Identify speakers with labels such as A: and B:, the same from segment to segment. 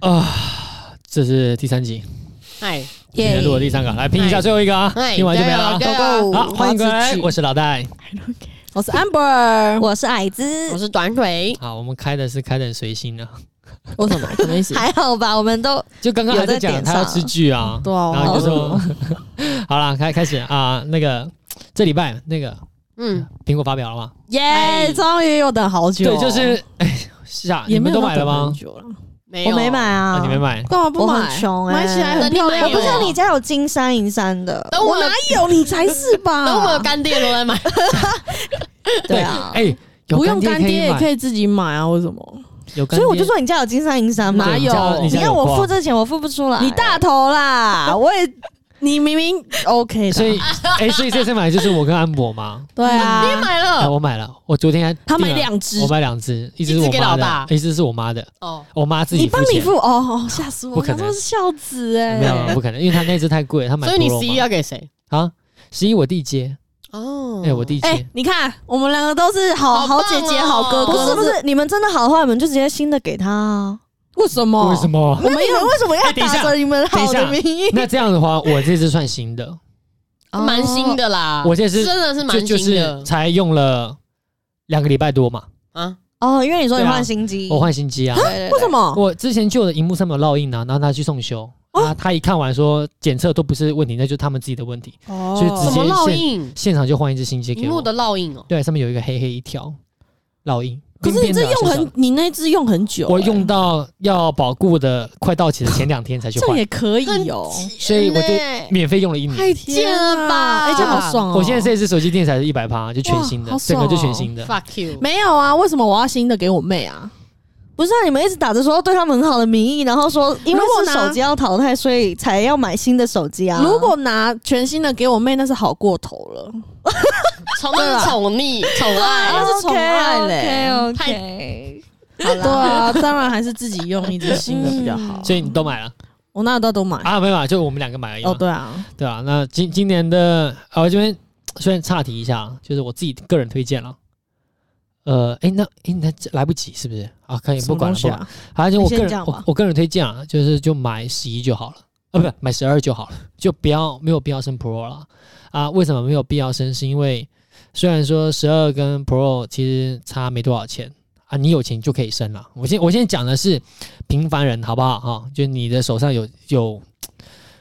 A: 啊，这是第三集，
B: 哎，
A: 今天录了第三个，来拼一下
B: 哎
A: 最后一个啊，拼完就没了啊。
B: 加油加油
A: 好，欢迎各位，我是老戴。
C: 我是 Amber，
D: 我是矮子
B: 我，是短腿，
A: 好，我们开的是开的很随心啊，
C: 为什么？什么意思？
D: 还好吧？我们都
A: 就刚刚还在
D: 有
A: 讲
D: 在点
A: 他
D: 上
A: 要吃剧啊，
C: 对啊
A: 然后就说 好啦，开开始啊，那个这礼拜那个
B: 嗯，
A: 苹果发表了吗？哎
C: 耶，终于我等好久
A: 对
C: 哦，，
A: 就是哎下你
C: 也没
A: 们
C: 有
A: 都买了
C: 到等
A: 吗
C: 很？久了？
B: 没
C: 我
B: 有，
C: 没买，
A: 啊，
C: 啊，
A: 你没买？
C: 干嘛不
D: 我
C: 买？
D: 很穷哎
C: 买起来很漂亮。
B: 等你
D: 我不
B: 买
D: 知道你家有金山银山的，
B: 等我
C: 我哪有？你才是 吧？
B: 等我们有干爹了再买，
D: 对啊
A: 哎，有
C: 不用干爹
A: 爹
C: 也可
A: 以
C: 以自己买啊？为什么？
A: 买，有干
D: 所以我就
A: 爹
D: 说你家有金山银山嘛
C: 哪。
A: 对你
C: 有
A: 家你
D: 你
A: 家
D: 看
A: 有
D: 我
A: 挂
D: 付这钱，我付不出来。
C: 你大 头啦！我也，你明明 OK
A: 所
C: 的，
A: 以， 哎、所以这次买的就是我跟安博嘛，
C: 对啊
B: 你，也买
A: 哎，
B: 了
A: 我买了，我昨天还
C: 他买
A: 订了
C: 两只
A: 我买两只，一只是
B: 一只
A: 我
B: 给
A: 妈
B: 老大
A: 的，一只是我妈的，
B: 哦，
A: 我妈自己
C: 你
A: 付
C: 帮你
A: 钱，
C: 付哦哦，吓死我！
A: 不可
C: 他
A: 能
C: 说是孝子哎，
A: 没有不可能，因为她那只太贵，她买
B: 所以你
A: Pro
B: 十一
A: 嘛
B: 要给谁？
A: 啊，十一我弟接，
B: 哦
A: 哎、我弟接，
C: 哎、你看，我们两个都是好
B: 好棒
C: 好
B: 哦
C: 姐姐、好哥
D: 啊不
C: 哥，
D: 是不是，你们真的好的话，你们就直接新的给他啊。
C: 为什么？
A: 为什？
B: 哦
A: 么？
D: 那你们为什么要
A: 哎等一下
D: 打着你们好的
A: 等一
D: 名义？
A: 那这样的话，我这只算新的，
D: 哦
B: 哦蛮新的啦，
A: 我这是
B: 真的是
A: 就
B: 蛮
A: 就
B: 新
A: 是
B: 的
A: 才用了两个礼拜多嘛，
B: 啊，
D: 哦，因为你说你
A: 对啊
D: 换新
B: 嗯
D: 机，
A: 我换新机啊，
D: 对对对
C: 为什么？
A: 我之前旧的荧幕上面有烙印啊，然后他去送修。
B: 哦
A: 啊，他一看完说检测都不是问题，那就是他们自己的问题，
C: 哦
A: 所以直
B: 什
A: 接
B: 么烙印？
A: 现场就换一只新机给
B: 荧
A: 我
B: 幕。的烙印哦，
A: 对，上面有一个黑黑一条烙印。
C: 可是你
A: 边边
C: 这
A: 的啊
C: 用
A: 小小
C: 很
A: 的，
C: 你那只用很久、欸
A: 我用到要保固的快到期的前两天才去
C: 这样
A: 换，
C: 也可以哦、
A: 所以我就
B: 天呢
A: 免费用了一年。
B: 太贱了吧！
C: 哎、这样好爽哦、
A: 我现在这只手机电池还是一百趴，就全新的
C: 哇好，
A: 整
C: 爽
A: 个
C: 哦
A: 就全新的。
B: ，fuck you，
C: 没有啊？为什么我要新的给我妹啊？
D: 不是啊，你们一直打着说对他们很好的名义，然后说因为
C: 如果
D: 是
C: 呢
D: 手机要淘汰，所以才要买新的手机啊。
C: 如果拿全新的给我妹，那是好过头了。
B: 宠那是宠溺、宠爱，
D: 啊
C: 那是宠爱嘞
D: OK，
C: 对啊，当然还是自己用一只新的比较好。
A: 所以你都买了
C: 我那都都买。
A: 啊？没有啊，就我们两个买而已嘛。
C: 哦，对啊，
A: 对啊，那今今年的啊，我这边虽然岔题一下，就是我自己个人推荐了。呃，哎，那哎，那来不及是不是啊？可以
C: 什
A: 不
C: 么
A: 管
C: 东
A: 了，不
C: 西
A: 管了。
C: 啊？
A: 而且我个
C: 你先
A: 人
C: 讲
A: 我
C: 吧
A: 我个人推荐啊，就是就买十一就好了，啊，不买十二就好了，就不要没有必要升 Pro 了啊。为什么没有必要升？是因为虽然说十二跟 Pro 其实差没多少钱啊，你有钱就可以升了。我现我现在讲的是平凡人，好不好哈、就你的手上有有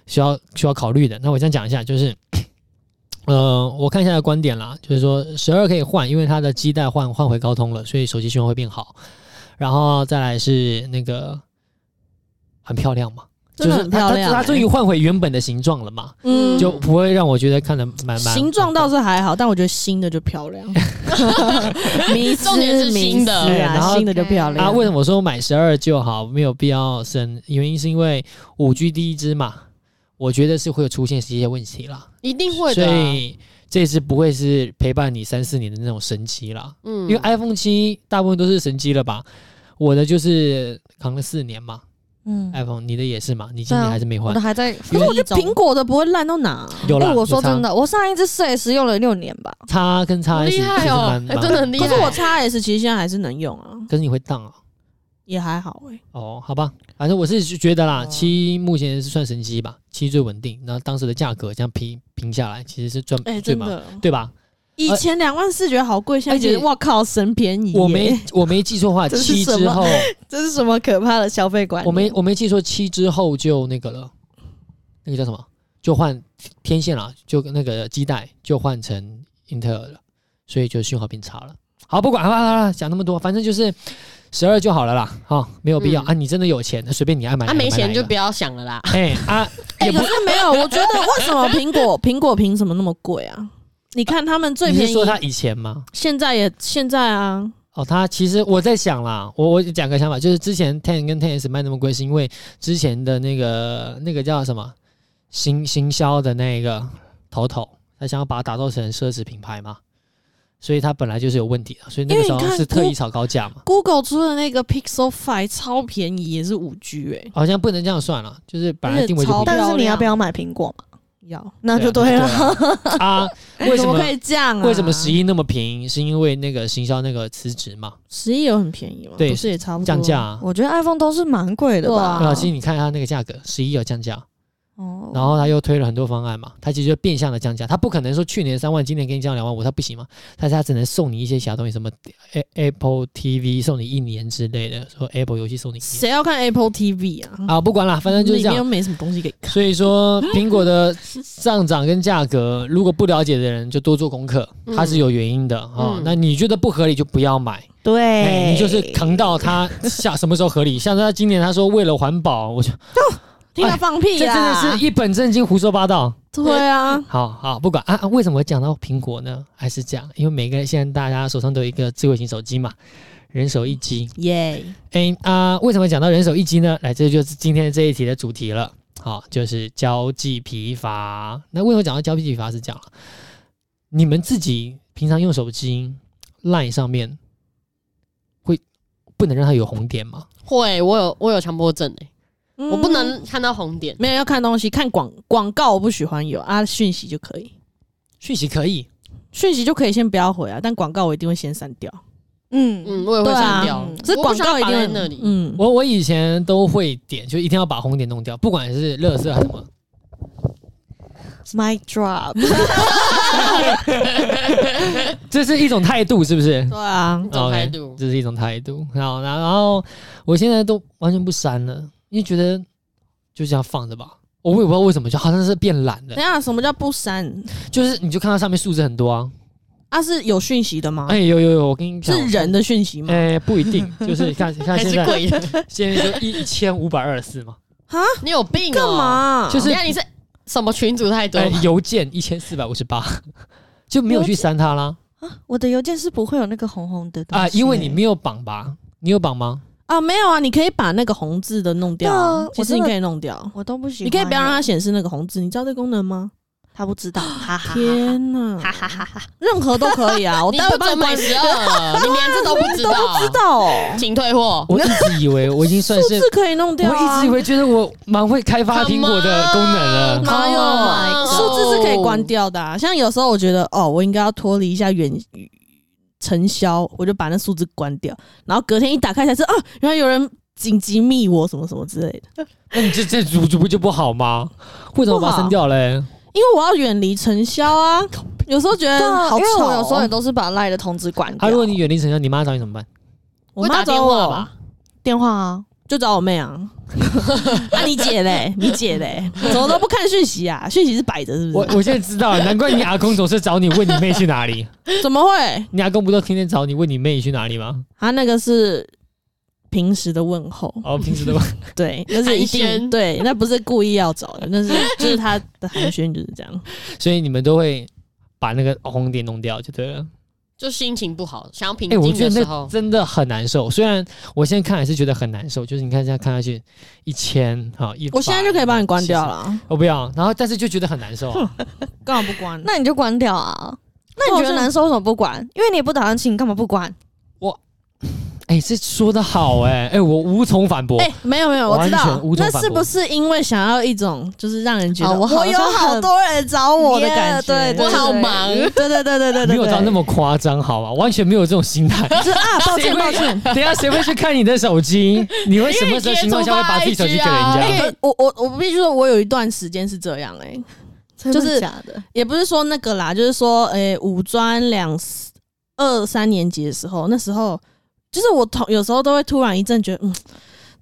A: 需要需要考虑的。那我先讲一下，就是。呃，我看一下观点啦，就是说十二可以换，因为它的基带换换回高通了，所以手机讯号会变好。然后再来是那个很漂亮嘛，
C: 真的很漂
A: 就是
C: 亮、欸
A: 它它它终于换回原本的形状了嘛，
C: 嗯
A: 就不会让我觉得看的蛮蛮
C: 形状倒是还好，但我觉得新的就漂 亮。迷思
B: 重点是新的
C: 迷思
A: 对然后
C: 啊，新的就漂亮
A: 啊。为什么说买十二就好，没有必要升？原因是因为五 G 第一支嘛，我觉得是会有出现一些问题啦，
B: 一定会
A: 所
B: 的啊。
A: 以这次不会是陪伴你三四年的那种神机啦。
B: 嗯
A: 因为 iPhone 七大部分都是神机了吧，我的就是扛了四年嘛
D: 嗯，
A: ，iPhone 你的也是嘛，你今
D: 对
A: 年
D: 啊
A: 还是没
D: 我
A: 换
D: 都，还在。
A: 因为
C: 我觉得苹果的不会烂到哪。
A: 有
D: 哎、
A: 啦，
D: 我说
A: 有差
D: 真的，我上一只四 S 用了六年吧。
A: 叉跟叉
B: 好
A: S 其
B: 厉
A: 实
B: 害哦
A: 蛮，
B: 哎
A: 蛮，
B: 真的很厉
C: 可
B: 害。
C: 是我 x S 其实现在还是能用啊，
A: 可是你会荡啊。
C: 也还好哎、
A: 哦，好吧，反正我是觉得啦，
C: 哦
A: 七目前是算神机吧，七最稳定。那当时的价格这样平平下来，其实是赚
C: 哎、
A: 最
C: 真
A: 嘛，
C: 的，
A: 对吧？
C: 以前两万四觉得好贵，现在觉
A: 呃而
C: 得
A: 且
C: 哇靠，神便宜耶、
A: 我没我没记错 的话，
D: 这是
A: 七
D: 什
A: 之
D: 么
A: 后
D: 这是什么可怕的消费观念？
A: 我没我没记错，七之后就那个了，那个叫什么？就换天线了，就那个基带就换成英特尔了，所以就讯号变差了。好，不管好了好了，讲那么多，反正就是十二就好了啦，哈、没有必要、
B: 嗯
A: 啊。你真的有钱，那随便你爱买哪
B: 啊，
A: 个。
B: 没
A: 买哪
B: 钱
A: 一
B: 就
A: 个
B: 不要想了啦。
A: 哎、 啊，
C: 哎、
A: 也不
C: 可是没有，我觉得为什么苹果苹果凭什么那么贵啊？你看他们最
A: 你
C: 便
A: 是
C: 宜
A: 说，他以前吗？
C: 现在也现在啊，
A: 哦，他其实我在想啦，我我讲个想法，就是之前 Ten 跟 Ten S 卖那么贵，是因为之前的那个那个叫什么行行销的那个头头，他想要把它打造成奢侈品牌嘛，所以他本来就是有问题的，所以那个时候
C: 因为你看
A: 是特意
C: Google-
A: 炒高价嘛。
C: Google 出的那个 Pixel Five 超便宜，也是五 G 哎、
A: 好像不能这样算了，就是本来定位就不一样
C: 而且超
D: 但是你要不要买苹果嘛？
C: 要。
D: 那就对了。
A: 了 啊！为什
C: 怎么
A: 么
C: 可以这样啊？
A: 为什么十一那么便宜？是因为那个行销那个辞职嘛，
C: 十一有很便宜吗？
A: 对
C: 不是也差不多
A: 降价、啊。
D: 我觉得 iPhone 都是蛮贵的吧？
A: 对
C: 哇
A: 啊，其实你看它那个价格，十一有降价，
D: 哦
A: 然后他又推了很多方案嘛，他其实就变相的降价，他不可能说去年三万，今年给你降两万五，他不行嘛，但是他只能送你一些小东西，什么 A- Apple TV 送你一年之类的，说 Apple 游戏送你一年
C: 谁要看 Apple TV 啊？
A: 啊，不管啦，反正就是
C: 里
A: 这
C: 面又
A: 样。哎
C: 没什么东西可以看。
A: 所以说，苹果的上涨跟价格，如果不了解的人就多做功课，它是有原因的哈、
B: 嗯
A: 那你觉得不合理就不要买，哎
D: 对，
A: 你就是扛到它下什么时候合理。像他今年他说为了环保，我就
C: 听他放
D: 啊
C: 屁
A: 这真的
C: 啦！
A: 是一本正经胡说八道。
C: 对啊，
A: 好好，不管啊啊，为什么会讲到苹果呢？还是这样，因为每个人现在大家手上都有一个智慧型手机嘛，人手一机。
C: 耶！
A: 哎、啊，为什么讲到人手一机呢？来，这就是今天这一题的主题了。好，就是交际疲乏。那为什么讲到交际疲乏是这样了？你们自己平常用手机 Line 上面会不能让它有红点吗？
B: 会，我有我有强迫症哎、我
A: 嗯
C: 我
B: 不能看到红点，
C: 没有要看东西，看广广告我不喜欢有啊，讯息就可以，
A: 讯息可以，
C: 讯息就可以先不要回啊，但广告我一定会先删掉。
D: 嗯
B: 嗯，我也会
C: 对啊
B: 删掉
D: 嗯，
C: 是
B: 我不
C: 广
B: 想
C: 告一
B: 摆
C: 定
B: 在
C: 会
B: 那里。
C: 嗯，
A: 我我以前都会点，就一定要把红点弄掉，不管是乐色还是什么。
D: ，My drop，
A: 这是一种态度，是不是？
C: 对啊，
B: 这种
A: OK，
B: 态度
A: 这是一种态度。然后，然后我现在都完全不删了，因为觉得就这样放着吧。我也不知道为什么，就好像是变懒了
C: 等一，下什么叫不删？
A: 就是你就看到上面数字很多啊。
C: 啊，是有讯息的吗？
A: 哎、有有有，我跟你讲，
C: 啊是人的讯息吗？
A: 哎、不一定，就是你 看你看
B: 还
A: 现
B: 是
A: 在
B: 贵的，
A: 现在就一一千五百二十四 嘛，
B: 你有病
C: 干
B: 哦？
C: 嘛？
A: 啊就是
B: 等一下你是什么群主太多
A: 哎、？ 邮件一千四百五十八，就没有去删它 啦
D: 我的邮件是不会有那个红红的东
A: 啊、
D: 西
A: 因为你
D: 欸
A: 没有绑吧？你有绑 吗？
C: 啊，没有啊，你可以把那个红字的弄掉啊
D: 对啊，
C: 其实
D: 我真
C: 你
D: 的
C: 可以弄掉。
D: 我都不喜欢欸，
C: 你可以不要让它显示那个红字，你知道这功能吗？
D: 他不知道，哈哈哈，
C: 天哪，
D: 啊哈哈哈哈，
C: 任何都可 以啊！我
B: 你
C: 待会
B: 不
C: 帮
B: 准
C: 你
B: 买
C: 关
B: 十二，你连这都不知道，
C: 知道哦，
B: 请退货。
A: 我一直以为我已经算
C: 数
A: 是，
C: 字可以弄掉
A: 我一
C: 啊
A: 直以。为觉得我蛮会开发苹果的功能了。
B: Come on，
C: 哪
B: Oh my
C: 有
B: God
C: 数字是可以关掉的、啊？像有时候我觉得，哦，我应该要脱离一下远尘嚣，我就把那数字关掉，然后隔天一打开才知道，啊，原来有人紧急密我什么什么之类的。
A: 那你这这主主不就不好吗？为什么把它删掉嘞？
C: 因为我要远离尘嚣啊，有时候觉得
D: 对啊
C: 好
D: 因为
C: 丑
D: 我有时候也
C: 哦。
D: 都是把赖的通知关掉。
A: 啊，如果你远离城乡，你妈找你怎么办？
C: 我
B: 会
C: 妈
B: 打电
C: 找
B: 话
C: 我
B: 吧，
D: 电话啊，
C: 就找我妹 啊，啊你姐嘞，你姐嘞，怎么都不看讯息啊？讯息是摆着是不
A: 我
C: 是？
A: 我现在知道了，难怪你阿公总是找你问你妹去哪 里。
C: 怎么会？
A: 你阿公不都天天找你问你妹去哪里吗？
C: 啊那个是平时的问候，
A: 哦，平时都
C: 对，那是一
B: 寒
C: 定
B: 暄
C: 对，那不是故意要找的，那是就是他的寒暄就是这样。
A: 所以你们都会把那个红点弄掉就对
C: 嗯
A: 了。
B: 就心情不好，想要平
A: 哎、我
B: 静
A: 觉
B: 的
A: 得
B: 时
A: 那
B: 候，
A: 真的很难受。虽然我现在看还是觉得很难受，就是你看现在看下去一千好一，100
C: 我现在就可以帮你关掉。了啊，
A: 70我不要，然后但是就觉得很难受啊。
C: 干嘛不关？
D: 那你就关掉啊。那你觉得难受为什么不管？因为你也不打算请，你干嘛不管？
A: 哎、这说的好哎、哎、我无从反驳。
C: 哎、没有没有，我知
A: 完
C: 道
A: 全无，从
C: 那
A: 反驳
C: 是不是因为想要一种就是让人觉得、
D: 啊我好像
C: 有哦好
D: 很
C: 多人找我的感
D: Yeah，
C: 觉
D: 对对
B: 我好忙，
C: 对对对对 对对，
A: 没有到那么
C: 么
A: 夸张，好吧，完全没有这种心态。
C: 就是啊，抱歉抱歉，
A: 等一下谁会去看你的手机？你会什么时候情况下会把自己手机给人
B: 因
A: 家？
B: 为
C: 哎、我我我必须说，我有一段时间是这样哎、
D: 真
C: 就
D: 的
C: 是
D: 假的？
C: 也不是说那个啦，就是说，诶、五专两二三年级的时候，那时候就是我同有时候都会突然一阵觉得，嗯，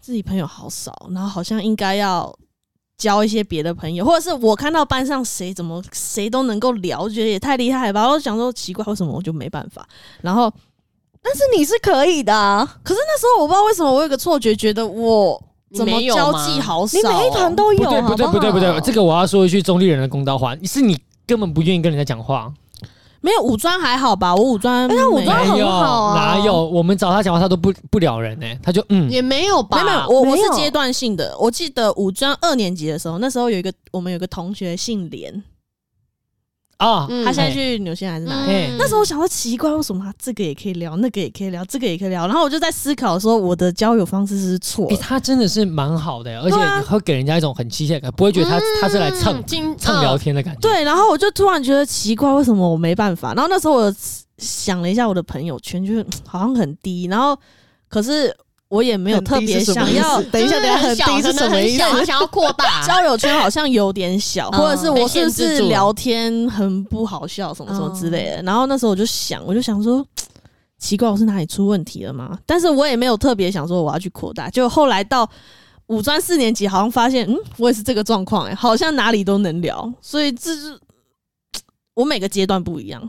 C: 自己朋友好少，然后好像应该要交一些别的朋友，或者是我看到班上谁怎么谁都能够聊，觉得也太厉害了吧，我就想说奇怪，为什么我就没办法？然后，
D: 但是你是可以的啊，
C: 可是那时候我不知道为什么我有个错觉，觉得我
B: 你
C: 怎么
B: 没有
C: 交
B: 吗
C: 际好少、哦
D: 你每一
C: 哎
D: 团都啊哎有，
A: 不对
D: 好
A: 不对
D: 好
A: 不对不对，这个我要说一句中立人的公道话，是你根本不愿意跟人家讲话。
C: 没有五专还好吧？我五专没
D: 哎
C: 有、
D: 那五专
A: 没有
D: 很好啊
A: 哪有？我们找他讲话，他都不不了人呢、他就嗯，
B: 也没有吧？
C: 没有没有，我我
D: 没
C: 是
D: 有
C: 阶段性的。我记得五专二年级的时候，那时候有一个我们有一个同学姓连，
A: 啊，
B: 嗯
C: 他现在去纽西兰还是哪里？
A: 哎
C: 那时候我想说奇怪，为什么他这个也可以聊，那个也可以聊，这个也可以聊？然后我就在思考说，我的交友方式是不是错
A: 哎、
C: 的。
A: 他真的是蛮好的，而
C: 对啊
A: 且会给人家一种很亲切感，不会觉得他、他是来蹭
B: 蹭
A: 蹭聊天的感觉。
C: 对，然后我就突然觉得奇怪，为什么我没办法？然后那时候我想了一下我的朋友圈，就是嗯好像很低，然后可是我也没有特别想要。。
E: 等一下，等一下，很低是什么意思？
B: 他想要扩大
C: 交友圈好像有点小，
D: 嗯
C: 或者是我是不
B: 啊被限制
C: 是
B: 住
C: 聊天很不好笑，什么什么之类的。然后那时候我就想，我就想说，奇怪，我是哪里出问题了吗？但是我也没有特别想说我要去扩大。就后来到五专四年级，好像发现，嗯，我也是这个状况，哎，好像哪里都能聊。所以这是我每个阶段不一样。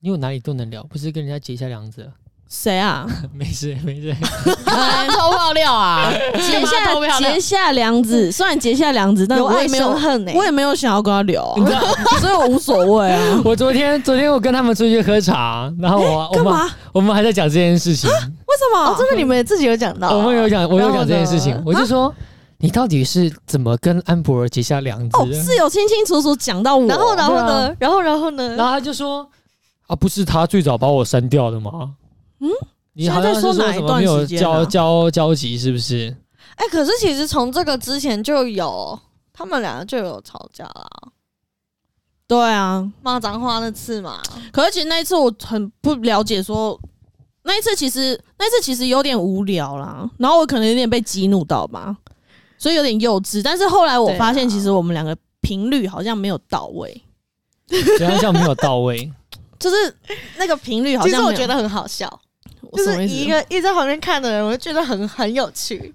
A: 你有哪里都能聊，不是跟人家结一下梁子？
C: 谁啊？
A: 没事没事，
B: 他偷爆料啊！
C: 结
B: 结
C: 下结下梁子，虽然结下梁子，但
D: 有
C: 我也
D: 爱
C: 没有
D: 生，恨欸呢、
C: 我也没有想要跟他聊啊、
A: 你知道
C: 所以我无所谓啊。
A: 我昨天昨天我跟他们出去喝茶，然后 我我
C: 干
A: 们
C: 嘛？
A: 我们还在讲这件事情，哦
C: 为什么？
D: 哦，真的你们自己有讲到啊、
A: 我们有
C: 哦
A: 讲我有
D: 然后
A: 讲
D: 呢
A: 这件事情，我就说你到底是怎么跟安博尔结下梁子
C: 哦，
A: 的？
C: 是有清清楚楚讲到我，
D: 然后然后
A: 对
D: 呢？然后然后呢？
A: 然后他就说啊，不是他最早把我删掉的吗？
C: 嗯
A: 嗯，你好像是
C: 现在在说哪
A: 什
C: 一
A: 么
C: 段
A: 没有
C: 时间啊
A: 交交交集是不是？
D: 哎、可是其实从这个之前就有，他们两个就有吵架啦，
C: 对啊。
D: 骂脏话那次嘛。
C: 可是其实那一次我很不了解说。那一次其实，那一次其实有点无聊啦，然后我可能有点被激怒到吧，所以有点幼稚。但是后来我
D: 对啊
C: 发现，其实我们两个频率好像没有到位，
A: 怎样叫没有到 位？
C: 就是那个频率好
D: 其实
C: 像
D: 我
C: 没有
D: 觉得很好笑，
C: 我
D: 就
C: 什么
D: 是
C: 意思
D: 以一个一直在旁边看的人，我就觉得很很有趣。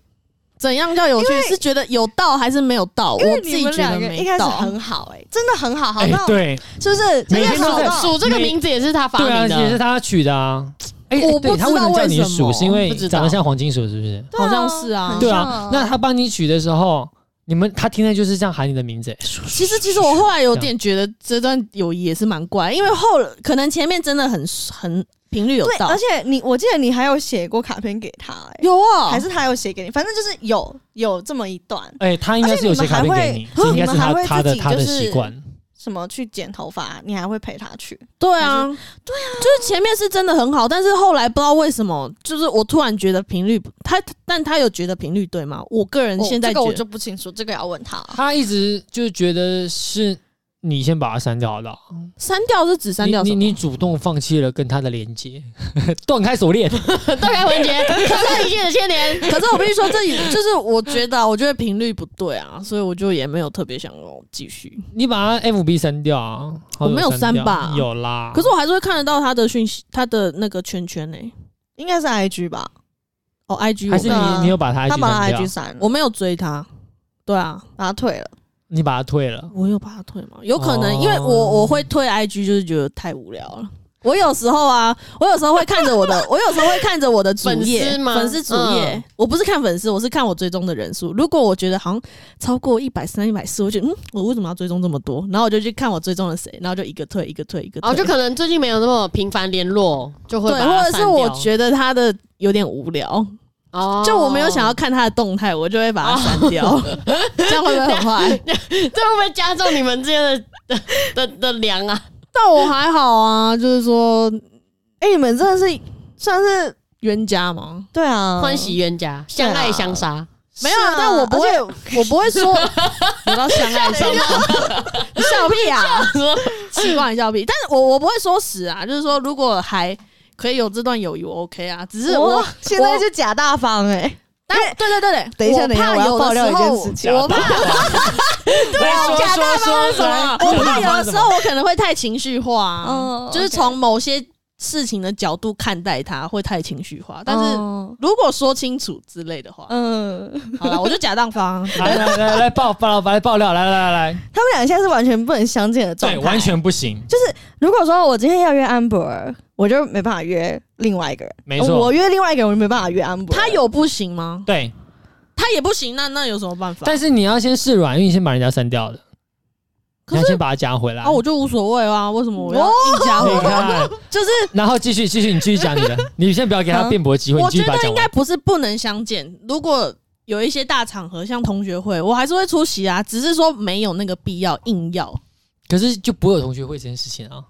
C: 怎样叫有趣？是觉得有到还是没有到？
D: 因为
C: 我自
D: 你
C: 己
D: 们
C: 觉
D: 两
C: 得
D: 个一
C: 没
D: 开始
C: 到。
D: 很好、哎，真的很好，好
A: 哎
D: 到、，
A: 对
D: 是不是？
A: 每
D: 真
A: 天
D: 的
A: 都
D: 好
A: 在
D: 到
B: 鼠这个名字也是他发
A: 对啊，
B: 明
A: 也是
B: 的，
A: 他取的啊。哎，
C: 我
A: 对
C: 不
A: 他
C: 知
A: 为
C: 道
A: 么叫
C: 为
A: 你
C: 什
A: 鼠？
C: 么
A: 是因为
B: 不知道
A: 长得像黄金鼠，是不是？
D: 对啊
C: 好像是啊
D: 很
A: 对
D: 像
A: 啊，那他帮你取的时候，你们他听的就是这样喊你的名字。哎
C: 其实，其实我后来有点觉得这段友谊也是蛮怪，因为后可能前面真的很很频率有
D: 对，
C: 到，
D: 而且你我记得你还有写过卡片给他、哎，
C: 有啊，
D: 还是他有写给你，反正就是有有这么一段
A: 哎，他应该是有写卡片给你，
D: 而且
C: 哦
A: 这
D: 你
A: 应该
D: 们
A: 是
D: 还
A: 他
D: 会
A: 他的
D: 你们还会自
A: 他
D: 己
A: 的
D: 就是
A: 习惯。
D: 什么去剪头发，你还会陪他去，
C: 对啊，对啊，就是前面是真的很好，但是后来不知道为什么，就是我突然觉得频率不他，但他有觉得频率对吗？我个人现在
D: 哦这个
C: 觉
D: 我
C: 得，
D: 就不清楚，这个要问他。
A: 他一直就觉得是你先把他删掉的啊，
C: 删掉是只删掉
A: 你
C: 什
A: 你
C: 么？
A: 你主动放弃了跟他的连接， 断开锁链。
B: 断开文杰，断开一切的牵连。
C: 可是我必须说，这里就是我觉得啊，我觉得频率不对啊，所以我就也没有特别想要继续。
A: 你把他 FB 删掉啊？好
C: 我没有删
A: 掉
C: 吧
A: 有啦。
C: 可是我还是会看得到他的讯息，他的那个圈圈呢、
D: 应该是 IG 吧，
C: 哦，IG
A: 还
C: 我
A: 是
C: 没有
A: 你你有把他 IG
D: 他把他
A: 删掉
D: IG
B: 嗯
D: 删了，
C: 我没有追他，对啊，
D: 把他退了。
A: 你把他退了。
C: 我有把他退吗？有可能，
A: 哦
C: 因为我我会退 IG，就是觉得太无聊了。我有时候啊，我有时候会看着 我的，我有时候会看着我的主页
B: 粉丝，吗
C: 粉丝主页
B: 嗯，
C: 我不是看粉丝，我是看我追踪的人数。如果我觉得好像超过一百三、一百四，我觉得嗯，我为什么要追踪这么多？然后我就去看我追踪了谁，然后就一个退，一个退，一个退，
B: 然哦后就可能最近没有那么频繁联络，就会
C: 对，
B: 把它
C: 或者是
B: 删掉
C: 我觉得他的有点无聊，
B: 哦
C: 就我没有想要，看他的动态，我就会把它删掉， 这样会不会很坏？
B: 这会不会加重你们之间的的的的梁啊？
C: 但我还好啊，就是说
D: 哎、你们真的是算是
C: 冤家嘛，
D: 对啊，
B: 欢喜冤家，相爱相杀，
D: 是
C: 没
D: 啊
C: 有啊，但我不会，我不会 说有到相爱上吗？你笑屁啊！习惯笑屁，但是我我不会说死啊，就是说如果还可以有这段友谊，我 OK 啊。只是我
D: 哇，现在就假大方哎、
C: 但对对对对，
D: 等一下
C: 我
D: 等一下
C: 怕
D: 我要
C: 有
D: 爆
C: 的
D: 料
C: 时
D: 一件
C: 候
D: 事情
C: 我怕
A: 对啊，说
C: 假
A: 说说
C: 什么？啊我怕有的时候我可能会太情绪化啊，
D: 嗯
C: 就是
D: OK
C: 从某些事情的角度看待它会太情绪化，但是。
D: 嗯
C: 如果说清楚之类的话，
D: 嗯，
C: 好了，我就假当 方。
A: 来来来来爆爆来爆料，来来来来，
D: 他们俩现在是完全不能相见的状
A: 对，
D: 态，
A: 完。全不行，
D: 如果说我今天要约安博尔，我就没办法约另外一个人，
A: 没错
D: 我，约另外一个人，我就没办法约安博尔。
C: 他有不行吗？
A: 对。
C: 他也不行，那那有什么办法？
A: 但是你要先试软硬，先把人家删掉的，
C: 可
A: 你
C: 是
A: 要先把他加回来
C: 啊，。我就无所谓啊，为什么我
B: 哦
C: 要硬加
A: 你
C: 我？
A: 看，
C: 就是
A: 然后继续继续，你继续讲你 的，你先不要给他辩驳机会，你
C: 我
A: 继
C: 觉
A: 续把它
C: 得
A: 讲
C: 应
A: 完
C: 该。不是不能相见，如果有一些大场合，像同学会，我还是会出席啊，只是说没有那个必要硬要。
A: 可是就不会有同学会这件事情啊，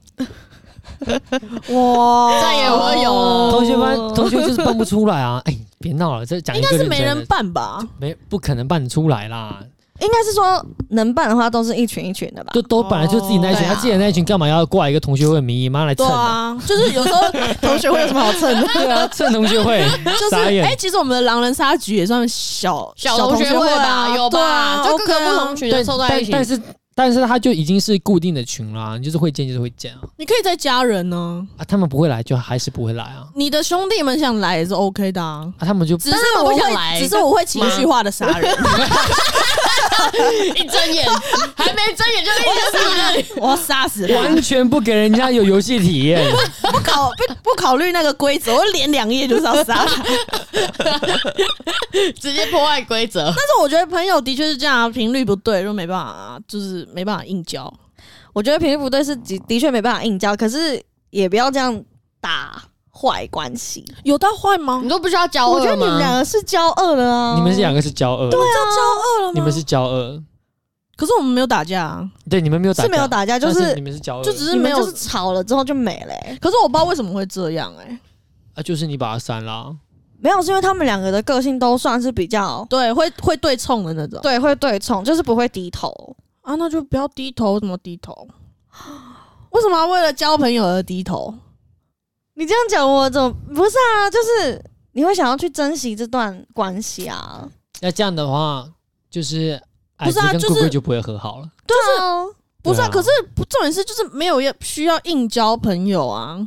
D: 哇，
C: 啊
B: 再也不会有
C: 哦
B: 了
A: 同学班同学就是办不出来啊。哎，别闹了，这讲一
C: 应
A: 个
C: 该是
A: 认
C: 没
A: 真的
C: 人办吧？
A: 没不可能办得出来啦，
D: 应该是说能办的话都是一群一群的吧？
A: 就都本来就自己那一群，
C: 哦对
A: 他、
C: 啊
A: 自己的那一群干嘛要挂一个同学会的名义妈来蹭、
C: 对？啊，就是有时候同学会有什么好蹭的？
A: 对 啊，蹭同学会，
C: 就是
A: 傻眼
C: 哎、其实我们的狼人杀局也算小
B: 小
C: 同
B: 同学会
C: 啊
B: 吧，有
C: 对
B: 吧？
C: 啊、
B: 就各个
C: OK 啊
B: 不同群
A: 对
B: 人凑在
A: 但
B: 一起，
A: 但是但是他就已经是固定的群啦，你就是会见就是会见啊，
C: 你可以再加人呢、
A: 啊他们不会来就还是不会来啊，
C: 你的兄弟们想来也是 OK 的啊。
A: 啊他们就
B: 只
C: 但
B: 是
C: 是
B: 他
C: 我
B: 们不想
C: 会，
B: 来，
C: 只是我会情绪化的杀人，
B: 一睁眼还没睁眼就一直死了。
C: 我啊要杀死他。
A: 完全不给人家有游戏体验，
C: 不考不不考虑那个规则，我连两页就是要杀他。
B: 直接破坏规则。
C: 但是我觉得朋友的确是这样、啊，频率不对，就没办法、啊就是没办法硬交。
D: 我觉得频率不对是的的确没办法硬交，可是也不要这样打坏关系。
C: 有到坏吗
B: 你？都不需要交
D: 我觉得
B: 恶
D: 你们两
B: 吗？
D: 个是交恶的啊，
A: 你们是两个是骄傲，对
C: 这样骄傲了吗？
A: 你们是骄傲，
C: 可是我们没有打架、啊，
A: 对你们没有打
D: 是没有
A: 架，
D: 打架，就
A: 但
D: 是
A: 你们是骄傲，
C: 哦就只是
D: 你
C: 没
D: 们
C: 有。
D: 就是吵了之后就没了欸、
C: 可是我不知道为什么会这样哎、
A: 啊就是你把他删了，
D: 没有，是因为他们两个的个性都算是比较
C: 对，会会对冲的那种。
D: 对，会对冲，就是不会低头。
C: 啊，那就不要低头，怎么低头？ 为什么要为了交朋友而低头？
D: 你这样讲我怎么不是啊？就是你会想要去珍惜这段关系啊，
A: 那这样的话就是矮
C: 不
A: 子
C: 是啊
A: 跟
C: 就
A: 贵
C: 是
A: 贵就不会和好了。
D: 对啊，
C: 不是
A: 对啊
C: 啊，可是不重点是就是没有要需要硬交朋友啊，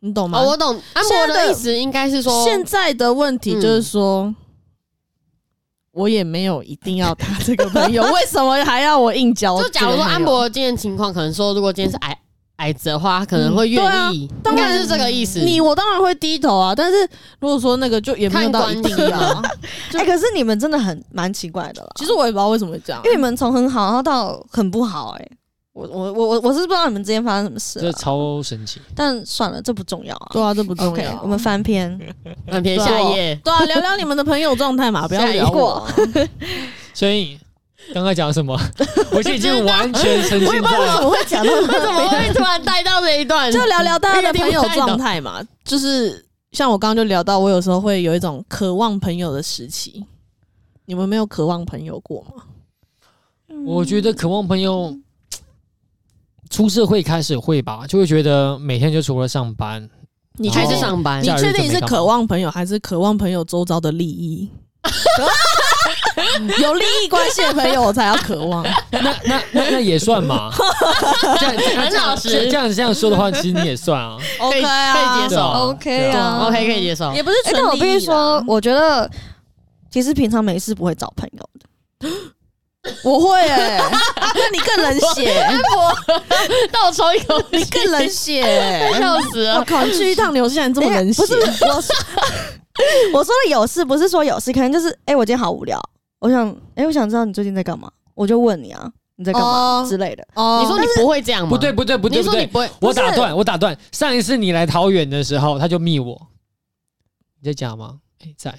C: 你懂吗？
B: 哦，我懂，安博
C: 现在
B: 的
C: 的
B: 意思应该是说，
C: 现在的问题就是说，我也没有一定要他这个朋友，为什么还要我硬交？
B: 就假如说安，博今天情况，可能说如果今天是矮矮子的话，他可能会愿意，
C: 对
B: 应
C: 啊
B: 该是这个意思。
C: 你我当然会低头啊，但是如果说那个就也没有到一定要
B: 看，啊
D: 哎、可是你们真的很蛮奇怪的啦。
C: 其实我也不知道为什么会这样啊
D: 因，为你们从很好然后到很不好、欸，我我我我我是不知道你们之间发生什么事、
A: 这
D: 啊，
A: 超神奇。
D: 但算了，这不重要啊。
C: 对啊，这不重
D: OK，
C: 要。
D: 我们翻篇。
B: 很偏下夜，
C: 对啊，聊聊你们的朋友状态嘛，不要
B: 下一
C: 聊我
D: 过
C: 啊。
A: 所以刚刚讲什么？我现在已经完全沉浸在
D: 我会讲到
B: 为什么会突然带到这一段？
C: 啊就聊聊大家的朋友 状态嘛，就是像我刚刚就聊到，我有时候会有一种渴望朋友的时期。你们没有渴望朋友过吗？
A: 我觉得渴望朋友出社会开始会吧，就会觉得每天就除了上班，
C: 你
A: 确
B: 还
C: 确
A: 定
B: 是
C: 定？
B: 上班
C: 你
A: 假日
C: 确定
A: 就
C: 你
A: 没
C: 是
A: 干
C: 渴
A: 嘛
C: 望朋友，还是渴望朋友周遭的利益？ 有利益关系的朋友，我才要渴望。
A: 那那那那也算嘛？这样这样
B: 很老实
A: 这样这样说的话，其实你也算啊。
B: 可以
C: OK
B: 可以
C: 啊
B: 接，受
A: 对啊
D: OK
A: 对
D: 啊
B: ，OK 可以接受。
C: 也不是
D: 哎、
C: 纯
D: 但我必
C: 利益
D: 须
C: 啦
D: 说，，我觉得其实平常没事不会找朋友的。
C: 我会哎，那你更冷 血，
B: 倒抽一口
C: 你更冷血欸。
B: 笑死
C: 我
B: 了。
C: 靠，你去一趟纽西兰这么冷血，
D: 不是不是我说 我说的有事，不是说有事，可能就是哎、我今天好无聊，我想哎、我想知道你最近在干嘛，我就问你啊，你在干嘛、
C: 哦
D: 之类的。
C: 哦
B: 你说你不会这样吗？
A: 不对，不对不对
B: 你
A: 不
B: 说
A: 对，
B: 你不会，
A: 我打断我打断。上一次你来桃园的时候，他就密我，你在家吗？哎，在，